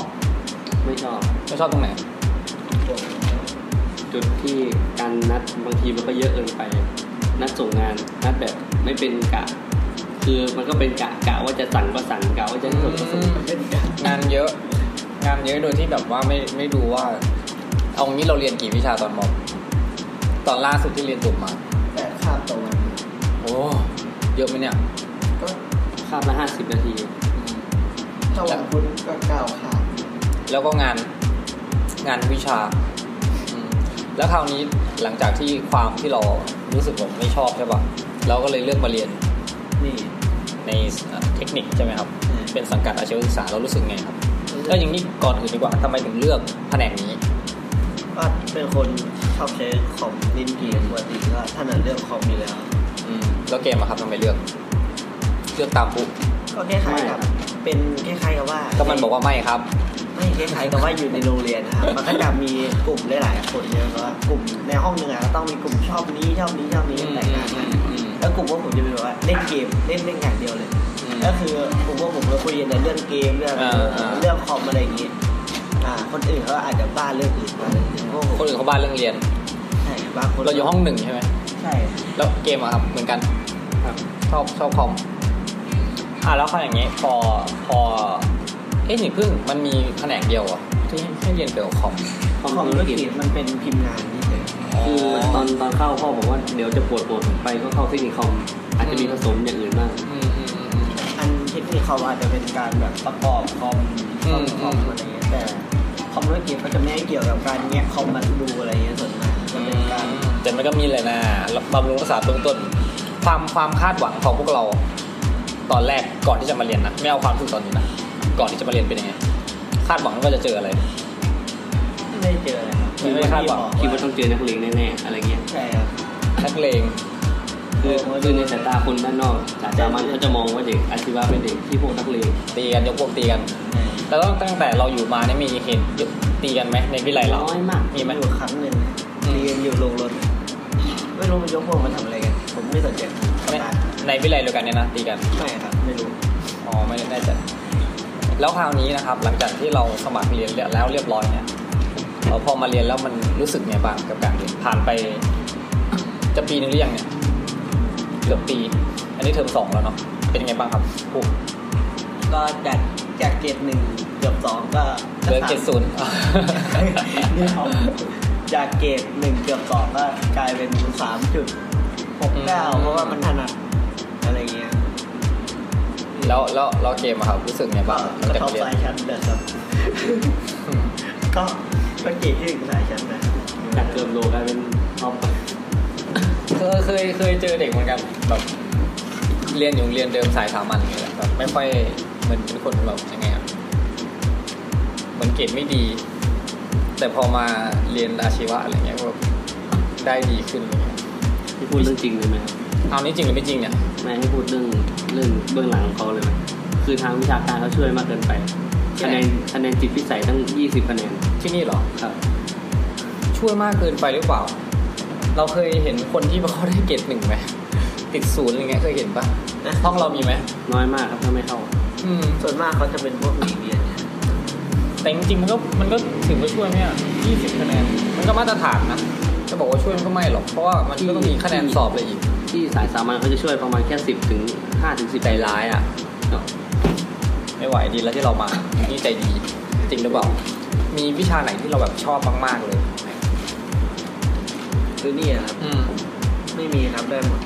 S6: ไม่ชอบ
S1: ไม่ชอบตรงไหน
S6: จุดที่การนัดบางทีมันก็เยอะเกินไป นัดส่งงานนัดแบบไม่เป็นกะ คือมันก็เป็นกะกะว่าจะสั่งก็สั่งกะว่าจะให้ส่งก็ส่ง
S1: งานเยอะ งานเยอะโดยที่แบบว่าไม่ไม่ดูว่า เอางี้เราเรียนกี่วิชาตอนมตอนล่าสุดที่เรียนจบมา
S5: แต่คาบต่อวัน
S1: โอ้เยอะไหมเนี่ย
S5: ก็
S6: คาบละห้าสิบนาที
S1: อืม
S5: ถ้าวันพุธก็เก้าคาบ
S1: แล้วก็งานงานวิชาอืมแล้วคราวนี้หลังจากที่ความที่เรารู้สึกแบบไม่ชอบใช่ปะเราก็เลยเลือกมาเรียน
S5: นี่
S1: ในเทคนิคใช่ไหมครับ
S5: อืม
S1: เป็นสังกัดอาชีวศึกษาเรารู้สึกไงครับแล้วอย่างนี้ก่อนอื่นดีกว่าทำไมถึงเลือกแผนกนี้
S5: ก็เป็นคนชอบใช้คอมเล่นเกมปกติก็ถนัดเรื่องคอมอยู่แล้ว
S1: อืมแล้วเกมอะครับทำไมเลือก เลือกตามปุ๊บ
S5: ก็คล้ายๆกับ เป็นคล้ายๆกับว่า
S1: ก็มันบอกว่าไม่ครับ
S5: ไม่คล้ายๆกับว่าอยู่ในโรงเรียนนะครับมันก็จะมีกลุ่มหลายๆคนเนี่ยก็กลุ่มในห้องหนึ่งอะก็ต้องมีกลุ่มชอบนี้ชอบนี้ชอบนี้แตกต่างกันแล้วกลุ่มพวกผมจะเป็นแบบว่าเล่นเกมเล่นเล่นอย่างเดียวเลย
S1: อืม
S5: ก็คือกลุ่มพวกผมก็คุยกันแต่เรื่องเกมเรื่อง
S1: อ่าๆ
S5: เรื่องคอมอะไรอย่างงี้อ่า คนอื่นเขาอาจจะบ้าเรื่องอื่นมาเลยพวกผ
S1: คน
S5: ม
S1: อื่นเขาบ้านเรื่องเรียน
S5: ใช่บางคน
S1: เราอยู่ห้องหนึ่งใช่ไหม
S5: ใช่
S1: แล้วเกมอะครับเหมือนกัน
S6: ครับ
S1: ชอบชอบคอมอ่ะแล้วพออย่างงี้พอพอเอ๊ะหนีพึ่งมันมีแผนกเดียวเหรอ่ะที่ให้เรียนเกี่ยวกับคอม
S6: คอม
S5: ของ
S6: ธุ
S5: ธุ
S6: ร
S5: ร
S6: กิจ
S5: กิจมันเป็นพิมพ์งานนี่เฉย
S6: คือตอนตอนเข้าพ่อบอกว่าเดี๋ยวจะปวดปวดผมไปก็เข้าเทคนิคคอมอาจจะมีผสมอย่างอื่นบ้าง
S1: อืมอืมอืม
S5: อันเทคนิคเขาอาจจะเป็นการแบบประกอบคอม
S1: อื
S5: ซ่อ
S1: ม
S5: มคอมอะไรเงี้ยแต่คอมธุรกิจก็จะไม่ได้เกี่ยวกับการแงะคอมมาดูอะไรเงี้ยส่วนมากจะเป็นการ
S1: แต่มันก็มีแหละนะบำรุงรักษาเบื้องต้น ความความคาดหวังของพวกเรา ตอนแรกก่อนที่จะมาเรียนนะไม่เอาความรู้สึกตอนนี้นะก่อนที่จะมาเรียนเป็นยังไงคาดหวังว่าจะเจออะไร
S5: ไม่ได้เจออะไรครับ
S1: ไม่ได้คาดหวัง
S6: คิดว่าต้องเจอนักเลงแน่ๆ อะไรเงี้ย
S5: ใช่ครับ
S1: นักเลง
S6: คือ
S5: โอ้ย
S6: คือในสายตาคนด้านนอกสายตามันเขาจะมองว่าเด็กอาชีวะเป็นเด็กที่พวกนักเลง
S1: ตีกันยกพวกตีกัน แล้วตั้งแต่เราอยู่มาเนี่ยมีเหตุตีกันไหมในวิไลเรา
S6: น้อยมาก
S1: มีไหม
S5: อยู่ครั้งหนึ่งเรียนอยู่โรงรถไม่รู้มันยกพวกมาทำอะไรกันผมไม่สนใจ
S1: ใน
S5: ไม่
S1: ในวิไลเดียวกันเนี่ยนะตีกัน
S5: ไม่ครับ ไม่รู้
S1: อ๋อไม่ได้ได้จัดแล้วคราวนี้นะครับ หลังจากที่เราสมัครเรียนแล้วเรียบร้อยเนี่ยเราพอมาเรียนแล้วมันรู้สึกไงบ้างกับการเรียนผ่านไป จะปีนึงหรือยังเนี่ยเกือบปี อันนี้เทอมสองแล้วเนาะเป็นยังไงบ้างครับโอ้
S5: ก็จากจากเกรดหนึ่งเกือบสองก็
S1: เห ลือเจ็ดศูนย์
S5: นี่ครับ จากเกรดหนึ่งเกือบสองก็กลายเป็นสามจุด หกเก้าเพราะว่ามันถนัดอะไรเงี้ย
S1: แล้วแล้วเราเกมอะครับรู้สึกไง
S5: ก็
S1: บ้างหลัง
S5: ก็
S1: จาก
S5: ท็อป
S1: เรียน
S5: สายชั้นเดือดครับ ก็ก็เกรดที่หนึ่งสายชั้นนะ
S6: จากเกือบโลกลายเป็นท็อป
S1: เคยเคยเคยเจอเด็กเหมือนกันแบบเรียนอยู่โรงเรียนเดิมสายสามัญอย่างเงี้ยแหละแบบไม่ค่อยเหมือนเป็นคนแบบยังไงอะเหมือนเกรดไม่ดี แต่พอมาเรียนอาชีวะอะไรเงี้ยก็แบบได้ดีขึ้นอะไรเงี้ย
S6: ที่พูดเรื่องจริงเลยไหมครับ
S1: เอานี่จริงหรือไม่จริงเนี่ย
S6: ไม่ให้พูดเรื่องเรื่องเบื้องหลังของเขาเลยไหมคือทางวิชาการเขาช่วยมากเกินไป คะแนนคะแนนจิตวิสัยตั้ง 20 คะแนน
S1: ที่นี่เหรอ
S6: ครับ
S1: ช่วยมากเกินไปหรือเปล่า เราเคยเห็นคนที่เขาได้เกรดหนึ่งไหมติดศูนย์อะไรเงี้ยเคยเห็นปะห้องเรามีไหม
S6: น้อยมากครับถ้าไม่เข้า
S1: อืม
S5: ส่วนมากเขาจะเป็นพวกหนีเรียนเนี่ย
S1: แต่จริงๆมันก็มันก็ถือว่าช่วยไหมอ่ะ20 คะแนน มันก็มาตรฐานนะ จะบอกว่าช่วยมันก็ไม่หรอก เพราะว่ามันก็ต้องมีคะแนนสอบอะไรอีก
S6: ที่สายสามัญเขาจะช่วยประมาณแค่ 10 ถึง5ถึง10ใจร้ายอ่ะ
S1: ไม่ไหวดีแล้วที่เรามา นี่ใจดี จริงหรือเปล่า มีวิชาไหนที่เราแบบชอบมากๆเลย
S5: คือเนี่ยครับ
S1: อืม
S5: ไม่มีครับได้หมด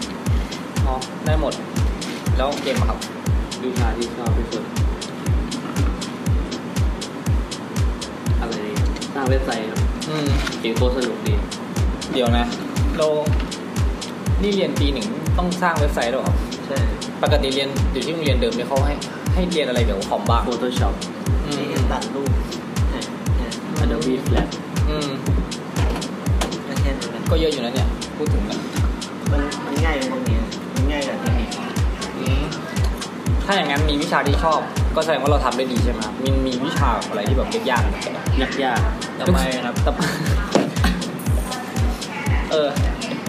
S1: อ๋อได้หมด แล้วเกมอะครับ
S6: วิชาที่ชอบที่สุดอะไรดีสร้างเว็บไซต์ครับ
S1: อืม
S6: เขียนโค้ดสนุกดี
S1: เดี๋ยวนะ เรา นี่เรียนปีหนึ่งต้องสร้างเว็บไซต์ด้วยเหรอครับ
S5: ใช่
S1: ปกติเรียนอยู่ที่โรงเรียนเดิมเนี่ยเขาให้ให้เรียนอะไรเกี่ยวกับคอมบ้าง
S6: Photoshop
S1: อืม
S5: นี่ตัดรูปใช่ใช่
S6: Adobe Flash
S1: อืม
S5: ก็แค่นั้นแหละ
S1: ก็เยอะอยู่นะเนี่ย พูดถึงนะ
S5: มันมันง่ายตรงนี้มันง่ายกว่าที่นี่
S1: อืมถ้าอย่างนั้นมีวิชาที่ชอบ ก็แสดงว่าเราทำได้ดีใช่ไหมครับมีมีวิชาอะไรที่แบบยากๆไหม
S6: ยักยาก
S1: ท ำไมครับตะเออ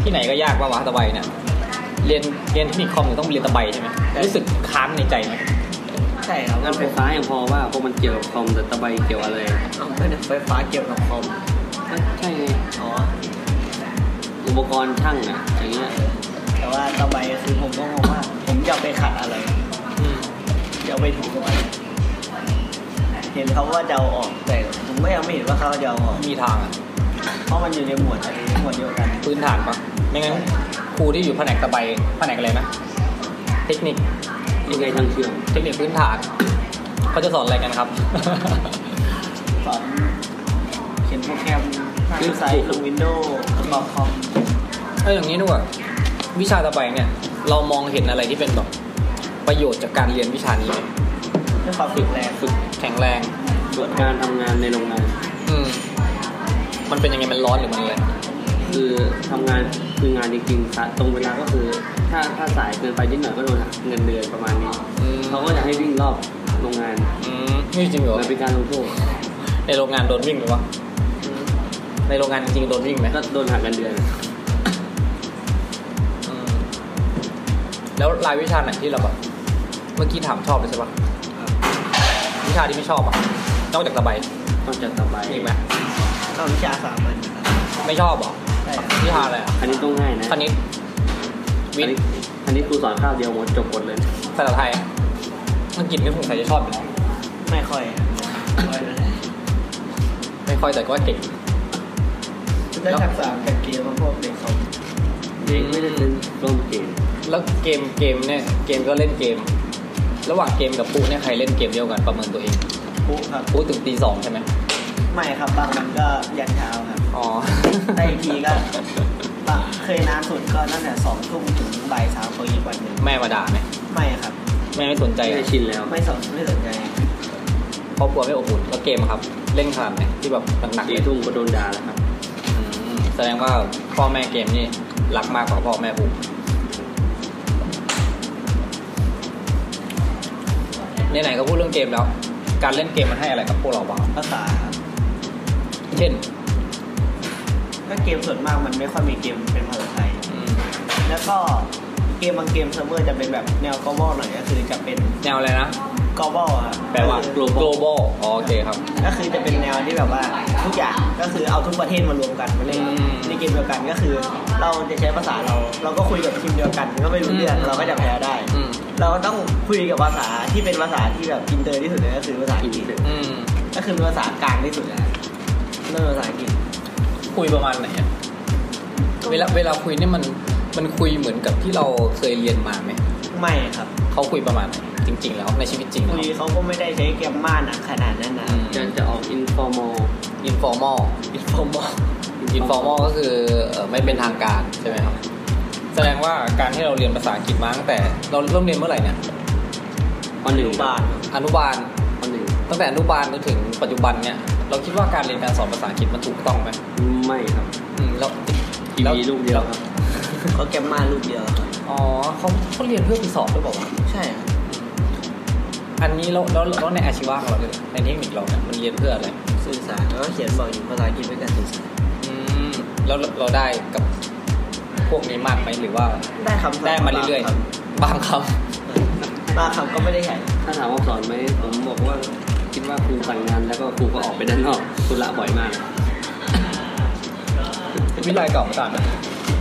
S1: ที่ไหนก็ยากว่าวะตะไบเนี่ย เรียนเรียนเทคนิคคอมเนี่ยต้องเรียนตะไบใช่ไหมรู้สึกค้างในใจไหม
S5: ใช่ครับ
S6: งานไฟฟ้ายังพอว่าเพราะมันเกี่ยวกับคอมแต่ตะไบเกี่ยวอะไร
S5: เอาไม่ได้ไฟฟ้าเกี่ยวกับคอม
S6: ใช่ไง
S5: อ๋อ
S6: อุปกรณ์ช่างอ่ะอย่างเงี้ย
S5: แต่ว่าต่อไปคือผมก็มองว่า ผมอยากไปขัดอะไร
S1: อืม
S5: อยากไปถูกอะไรเห็นเขาว่าจะเอาออกแต่ผมก็ยังไม่เห็นว่าเขาจะเอาออก
S1: มีทางอะ
S5: เพราะมันอยู่ในหมวดอะไรหมวดเดียวกัน
S1: พื้นฐานปะไม่งั้นครูที่อยู่แผนกตะไบแผนกอะไรนะเทคนิค
S6: ยังไงทางเชื่อม
S1: เทคนิคพื้นฐานเขาจะสอนอะไรกันครับ
S5: สอนเขียนโปรแกรมสร้างเว็บไซต์ลงวินโดว์ประกอบคอม
S1: เอออย่างนี้ดีกว่าวิชาต่อไปเนี่ย เรามองเห็นอะไรที่เป็นแบบประโยชน์จากการเรียนวิชานี้ไหม
S5: ด้วยความฝึกแรง
S1: ฝึกแข็งแรง
S6: ส่วนการทำงานในโรงงาน
S1: อืมมันเป็นยังไงมันร้อนหรือมันอะไร
S6: คือทำงานคืองานจริงๆสะตรงเวลาก็คือ ถ้าถ้าสายเกินไปนิดหน่อยก็โดนหักเงินเดือนประมาณนี้
S1: อืม
S6: เขาก็จะให้วิ่งรอบโรงงาน
S1: อืมนี่จริงเหรอ
S6: มันเป็นการลงโทษ
S1: ในโรงงานโดนวิ่งหรือวะในโรงงานจริงๆโดนวิ่งไหม
S6: ก็โดนหักเงินเดือน
S1: อืมแล้วรายวิชาไหนที่เราแบบเมื่อกี้ถามชอบเลยใช่ปะวิชาที่ไม่ชอบอ่ะนอกจากตะไบ
S6: ต้องจัดต่อไป
S1: มีอีกไหม
S5: เข้าวิชาสามัญนะครับ
S1: ไม่ชอบเหรอ
S5: ใช่
S1: วิชาอะไรอะ
S6: อันนี้ต้องง่ายนะ
S1: คณิตวิทย์
S6: อันนี้ครูสอนข้าวเดียวหมดจบหมดเลย
S1: ภาษาไทยอังกฤษไม่ผมใครจะชอบอยู่แล้ว
S5: ไม่ค่อยไม่ค่อยเลย
S1: ไม่ค่อยแต่ก็เก่ง
S5: ได้ทักษะกับเกมของพวกเด็กเขา
S6: เองไม่ได้เล่นร่วมเกม
S1: แล้วเกมเกมเนี่ยเกมก็เล่นเกม ระหว่างเกมกับปุ๊เนี่ยใครเล่นเกมเดียวกันประเมินตัวเอง
S5: ปุ๊ครับ
S1: ปุ๊ถึงตีสองใช่ไหม
S5: ไม่ครับบางมันก็ยันเช้าครับ
S1: อ๋อ
S5: ได้อีกทีก็บางเคยนานสุดก็ตั้งแต่สองทุ่มถึงบ่ายสามของอีกวันหนึ่ง
S1: แม่มาด่าไหม
S5: ไม่ครับ
S1: แม่ไม่สนใจ
S6: ไม่
S1: เหร
S6: ได้
S1: อ
S6: ชินแล้ว
S5: ไม่สนไม่สนใจ
S1: ครอบครัวไม่อบอุ่นแล้วเกมครับ เล่นขนาดไหนที่แบบหนักๆ
S6: ตี
S1: เลย
S6: ทุ่มก็โดนด่าแล้วครับ
S1: อืมแสดงว่าพ่อแม่เกมนี่รักมากกว่าพ่อแม่ปุ๊ไหนๆก็พูดเรื่องเกมแล้ว การเล่นเกมมันให้อะไรกับพวกเราบ้าง
S5: ภาษาครับ
S1: เช่น
S5: ก็เกมส่วนมากมันไม่ค่อยมีเกมเป็นภาษาไทย แล้วก็เกมบางเกมเซิร์ฟเวอร์จะเป็นแบบแนวกอลบอลหน่อยก็คือจะเป็น
S1: แนวอะไรนะ
S5: กอลบอลครับ
S1: แปลว่า
S6: global
S1: global อ๋อโอเคครับ
S5: ก็คือจะเป็นแนวที่แบบว่าทุกอย่างก็คือเอาทุกประเทศมารวมกันมาเล่น
S1: อืม
S5: ในเกมเดียวกันก็คือ เราจะใช้ภาษาเรา เราก็คุยกับทีมเดียวกันก็ไม่รู้เรื่อง
S1: อืม
S5: เราก็จะแพ้ได้
S1: อืม
S5: เราต้องคุยกับภาษาที่เป็นภาษาที่แบบอินเตอร์ที่สุดเลยก็คือภาษาอังกฤษ
S1: อืม
S5: ก็คือเป็นภาษากลางที่สุดนะเริ่มภาษาอังกฤษ
S1: คุยประมาณไหนอะเวลาเวลาคุยเนี่ยมันมันคุยเหมือนกับที่เราเคยเรียนมาไหม
S5: ไม่ครับ
S1: เขาคุยประมาณไหนจริง ๆ แล้วในชีวิตจริง
S5: คุยเขาก็ไม่ได้ใช้แกมมาหนักขนาดนั้นนะ
S6: จะจะออก informal
S1: อินฟอร์มอล
S5: อินโฟมอล
S1: อินฟอร์มอลก็คือเอ่อไม่เป็นทางการใช่ไหมครับ แสดงว่าการที่เราเรียนภาษาอังกฤษมาตั้งแต่เราเริ่มเรียนเมื่อไหร่เนี่ย
S6: ข้อหนึ่ง
S5: บาล
S1: อนุบาล
S6: ข้อหนึ่ง
S1: ตั้งแต่อนุบาลจนถึงปัจจุบันเนี่ยเราคิดว่าการเรียนการสอนภาษาอังกฤษมันถูกต้องไหม
S6: ไม่ครับ
S1: อืมแล้ว
S6: ทีวีลูกเดียวครับ
S5: เขาแกมมาลูกเดียวครับ
S1: อ๋อเขาเขาเรียนเพื่อไปสอบหรือเปล่าวะ
S5: ใช่ครับ
S7: อันนี้แล้วแล้วแล้วในอาชีวะของเราเนี่ยในเทคนิคเราเนี่ยมันเรียนเพื่ออะไร
S5: สื่อสารแล้วก็เขียนบอกอยู่ภาษาอังกฤษเป็นการสื่อสาร
S7: อืมแล้วเราได้กับพวกนี้มากไหมหรือว่า
S5: ได้คำศัพท์
S7: ได้มาเรื่อยๆบางค
S5: ๆบางคำก็ไม่ได้ใหญ่
S6: ถ้าถามว่าสอนไหมผมบอกว่าคิดว่าครูสั่งงานแล้วก็ครูก็ออกไปด้านนอกคุละบ่อยมาก
S7: ำวิทยาลัยเก่าต่างนะ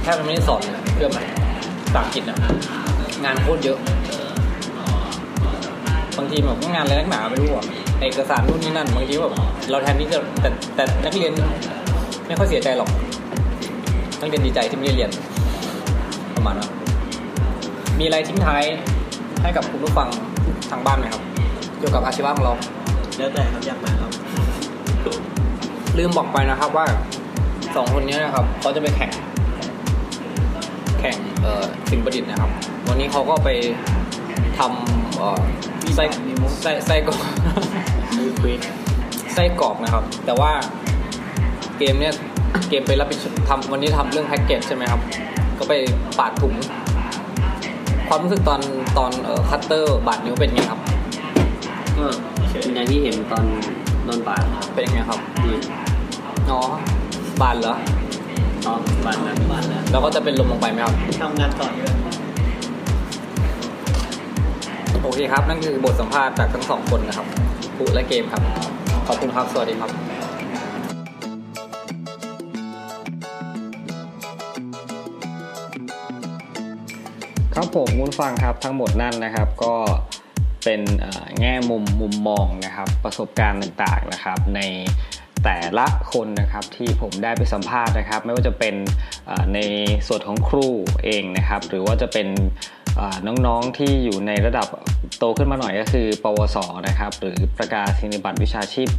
S7: แทบจะไม่ได้สอนเลยนะเพื่อมันภาษาอังกฤษนะงานโคตรเยอะบางทีแบบงานอะไรนักหนาไม่รู้อ่ะเอกสารนู่นนี่นั่นบางทีแบบเราแทนที่จะแต่แต่นักเรียนไม่ค่อยเสียใจหรอกนักเรียนดีใจที่ไม่ได้เรียน ประมาณนั้นมีอะไรทิ้งท้ายให้กับคุณผู้ฟังทางบ้านไหมครับ เกี่ยวกับอาชีวะของเรา
S5: แล้วแต่ครับอยากมาครับ
S7: ลืมบอกไปนะครับว่าสองคนนี้นะครับเขาจะไปแข่ง แข่งเอ่อสิ่งประดิษฐ์นะครับ วันนี้เขาก็ไปทำเอ่อไส้ไส้ไส้กรอก ไส้กรอกนะครับ แต่ว่าเกมเนี้ยเกมไปรับผิดชอบทำวันนี้ทำเรื่องแพ็กเกจใช่ไหมครับ ก็ไปปาดถุง ความรู้สึกตอนตอนเอ่อคัตเตอร์บาดนิ้วเป็นไงครับ
S6: ก็อย่างที่เห็นตอนโดนบาดครับ
S7: เป็นไงครับ
S6: ที่
S7: อ๋อบาดเหรอ
S6: อ๋อบาดนะบาดแล้ว
S7: แล้วก็จะเป็นลมลงไปไหมครับ
S5: ทำงานต่อเยอะ
S7: โอเคครับ นั่นคือบทสัมภาษณ์จากทั้งสองคนนะครับปุและเกมครับ ขอบคุณครับ สวัสดีครับ
S1: ครับผมคุณผู้ฟังครับทั้งหมดนั่นนะครับก็เป็นเอ่อแง่มุมมุมมองนะครับประสบการณ์ต่างๆนะครับในแต่ละคนนะครับที่ผมได้ไปสัมภาษณ์นะครับ ไม่ว่าจะเป็นเอ่อในส่วนของครูเองนะครับ หรือว่าจะเป็นเอ่อน้องๆที่อยู่ในระดับโตขึ้นมาหน่อยก็คือ ปวสนะครับหรือประกาศนียบัตรวิชาชีพ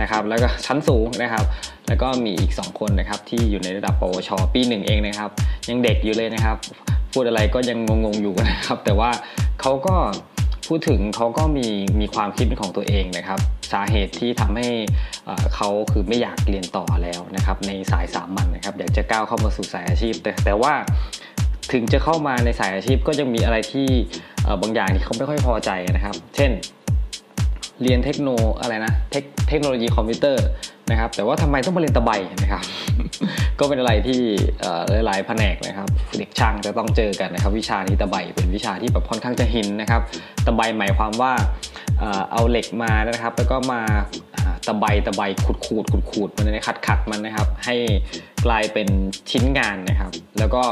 S1: นะครับแล้วก็ชั้นสูงนะครับ แล้วก็มีอีกสองคนนะครับที่อยู่ในระดับ ปวช ปีหนึ่งเองนะครับยังเด็กอยู่เลยนะครับ พูดอะไรก็ยังงงๆอยู่นะครับ แต่ว่าเขาก็พูดถึงเขาก็มีมีความคิดเป็นของตัวเองนะครับ สาเหตุที่ทำให้เอ่อเขาคือไม่อยากเรียนต่อแล้วนะครับ ในสายสามัญนนะครับ อยากจะก้าวเข้ามาสู่สายอาชีพ แต่แต่ว่าถึงจะเข้ามาในสายอาชีพก็ยังมีอะไรที่เอ่อบางอย่างที่เขาไม่ค่อยพอใจนะครับ เช่น เรียนเทคโนอะไรนะเทคเทคโนโลยีคอมพิวเตอร์นะครับ แต่ว่าทำไมต้องมาเรียนตะไบนะครับ ก็เป็นอะไรที่เอ่อหลายๆแผนกนะครับเด็กช่างจะต้องเจอกันนะครับ วิชานี้ตะไบเป็นวิชาที่แบบค่อนข้างจะหินนะครับ ตะไบหมายความว่าเอ่อเอาเหล็กมานะครับ แล้วก็มาอ่าตะไบตะไบขูดขูดขูดขูดมันนะครับขัดขัดมันนะครับ ให้กลายเป็นชิ้นงานนะครับ แล้วก็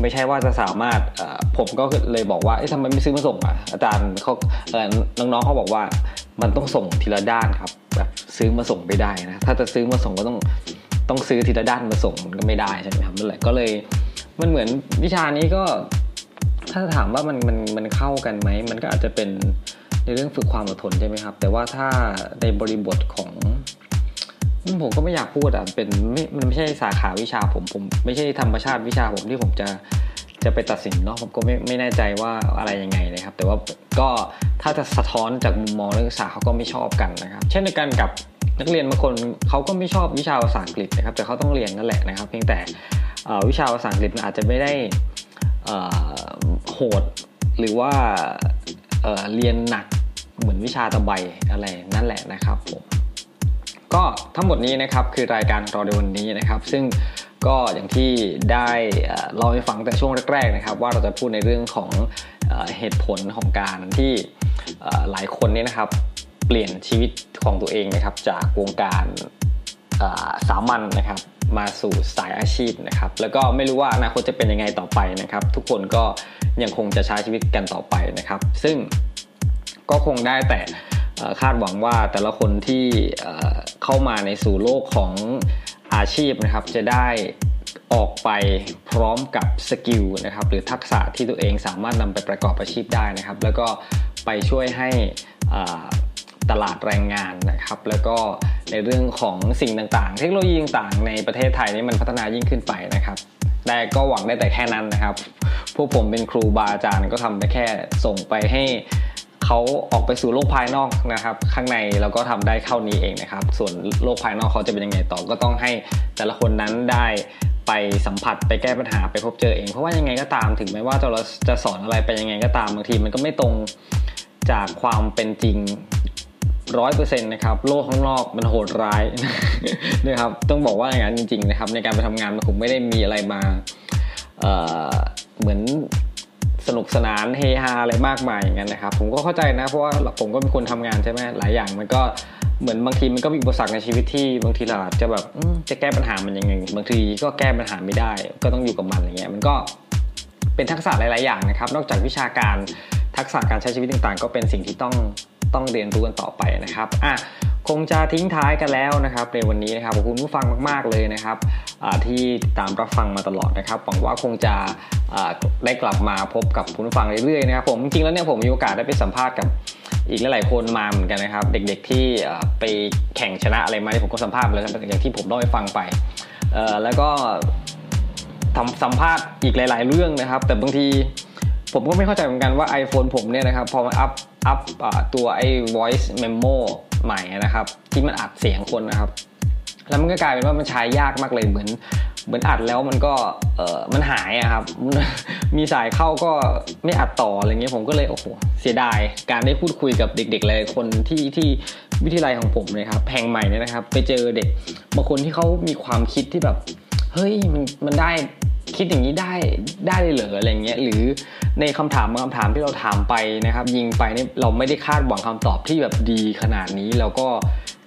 S1: ไม่ใช่ว่าจะสามารถเอ่อผมก็เลยบอกว่าเอ๊ะทำไมไม่ซื้อมาส่งอ่ะอาจารย์เขาเอ่อน้องๆเขาบอกว่ามันต้องส่งทีละด้านครับแบบซื้อมาส่งไม่ได้นะถ้าจะซื้อมาส่งก็ต้อง ต้องซื้อทีละด้านมาส่งมันก็ไม่ได้ใช่ไหมครับนั่นแหละก็เลยมันเหมือนวิชานี้ก็ ถ้าถามว่ามันมันมันเข้ากันไหมมันก็อาจจะเป็นในเรื่องฝึกความอดทนใช่ไหมครับ แต่ว่าถ้าในบริบทของอืมผมก็ไม่อยากพูดอ่ะเป็นไม่มันไม่ใช่สาขาวิชาผมผม ไม่ใช่ธรรมชาติวิชาผมที่ผมจะจะไปตัดสินเนาะผมก็ไม่ไม่แน่ใจว่าอะไรยังไงนะครับ แต่ว่าก็ถ้าจะสะท้อนจากมุมมองนักศึกษาเขาก็ไม่ชอบกันนะครับ เช่นเดียวกันกับ นักเรียนบางคนเขาก็ไม่ชอบวิชาภาษาอังกฤษนะครับ แต่เขาต้องเรียนนั่นแหละนะครับ เพียงแต่เอ่อวิชาภาษาอังกฤษมันอาจจะไม่ได้เอ่อโหดหรือว่าเอ่อเรียนหนักเหมือนวิชาตะไบอะไรนั่นแหละนะครับผมก็ทั้งหมดนี้นะครับคือรายการของเราในวันนี้นะครับ ซึ่งก็อย่างที่ได้เอ่อเล่าให้ฟังแต่ช่วงแรกๆนะครับ ว่าเราจะพูดในเรื่องของเอ่อเหตุผลของการที่ เอ่อหลายคนเนี่ยนะครับเปลี่ยนชีวิตของตัวเองนะครับจากวงการเอ่อสามัญนะครับมาสู่สายอาชีพนะครับแล้วก็ไม่รู้ว่าอนาคตจะเป็นยังไงต่อไปนะครับ ทุกคนก็ยังคงจะใช้ชีวิตกันต่อไปนะครับ ซึ่งก็คงได้แต่เอ่อคาดหวังว่าแต่ละคนที่เอ่อเข้ามาในสู่โลกของอาชีพนะครับจะได้ ออกไปพร้อมกับสกิลนะครับหรือทักษะที่ตัวเองสามารถนำไปประกอบอาชีพได้นะครับ แล้วก็ไปช่วยให้อ่าตลาดแรงงานนะครับ แล้วก็ในเรื่องของสิ่งต่างๆ เทคโนโลยีต่างๆในประเทศไทยนี่มันพัฒนายิ่งขึ้นไปนะครับ ได้ก็หวังได้แต่แค่นั้นนะครับ พวกผมเป็นครูบาอาจารย์ก็ทำได้แค่ส่งไปให้เขาออกไปสู่โลกภายนอกนะครับ ข้างในเราก็ทำได้เท่านี้เองนะครับ ส่วนโลกภายนอกเขาจะเป็นยังไงต่อก็ต้องให้แต่ละคนนั้นได้ไปสัมผัสไปแก้ปัญหาไปพบเจอเอง เพราะว่ายังไงก็ตามถึงแม้ว่าเราจะสอนอะไรไปยังไงก็ตามบางทีมันก็ไม่ตรง จากความเป็นจริงร้อยเปอร์เซ็นต์นะครับ โลกข้างนอกมันโหดร้าย นะครับ ต้องบอกว่าอย่างนั้นจริง ๆ นะครับ ในการไปทำงานมันคงไม่ได้มีอะไรมาเอ่อเหมือนสนุกสนานเฮฮาอะไรมากมายอย่างนั้นนะครับ ผมก็เข้าใจนะ เพราะว่าผมก็เป็นคนทำงานใช่ไหมหลายอย่างมันก็เหมือนบางทีมันก็มีอุปสรรคในชีวิตที่บางทีเราอาจจะแบบอืมจะแก้ปัญหามันยังไงบางทีก็แก้ปัญหาไม่ได้ ก็ต้องอยู่กับมันอย่างเงี้ยมันก็ เป็นทักษะหลาย ๆ อย่างนะครับ นอกจากวิชาการทักษะการใช้ชีวิตต่าง ๆ ก็เป็นสิ่งที่ต้องต้องเรียนรู้กันต่อไปนะครับอ่ะคงจะทิ้งท้ายกันแล้วนะครับในวันนี้นะครับขอบคุณผู้ฟังมาก ๆ เลยนะครับอ่าที่ติดตามรับฟังมาตลอดนะครับหวังว่าคงจะอ่าได้กลับมาพบกับคุณผู้ฟังเรื่อย ๆ นะครับผมจริง ๆ แล้วเนี่ยผมมีโอกาสได้ไปสัมภาษณ์กับ อีกหลายๆคนมาเหมือนกันนะครับ เด็ก ๆ ที่เอ่อไปแข่งชนะอะไรมาที่ผมก็สัมภาษณ์ไปแล้วนะครับอย่างที่ผมเล่าให้ฟังไปเอ่อแล้วก็ ทำสัมภาษณ์อีกหลาย ๆ เรื่องนะครับ แต่บางทีผมก็ไม่เข้าใจเหมือนกันว่า iPhone ผมเนี่ยนะครับ พอมาอัพอัพอ่าตัวไอ้ voice memo ใหม่นะครับ ที่มันอัดเสียงคนนะครับ แล้วมันก็กลายเป็นว่ามันใช้ยากมากเลยเหมือน เหมือนอัดแล้วมันก็เออมันหายอะครับ มีสายเข้าก็ไม่อัดต่ออะไรเงี้ยผมก็เลยโอ้โหเสียดายการได้พูดคุยกับเด็กๆหลายๆคนที่ที่วิทยาลัยของผมเนยครับแห่งใหม่เนี่ยนะครับ ไปเจอเด็กบางคนที่เขามีความคิดที่แบบ เฮ้ยมันมันได้คิดอย่างนี้ได้ได้เลยเหรออะไรเงี้ยหรือในคำถามบางคำถามที่เราถามไปนะครับ ยิงไปเนี่ยเราไม่ได้คาดหวังคำตอบที่แบบดีขนาดนี้เราก็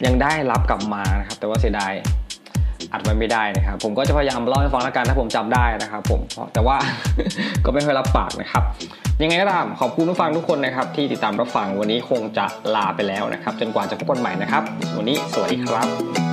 S1: ยังได้รับกลับมานะครับ แต่ว่าเสียดาย อัดไว้ไม่ได้นะครับ ผมก็จะพยายามเล่าให้ฟังแล้วกันถ้าผมจำได้นะครับ ผมแต่ว่า ก็ไม่ค่อยรับปากนะครับ ยังไงก็ตามขอบคุณผู้ฟังทุกคนนะครับ ที่ติดตามรับฟังวันนี้คงจะลาไปแล้วนะครับ จนกว่าจะพบกันใหม่นะครับ วันนี้สวัสดีครับ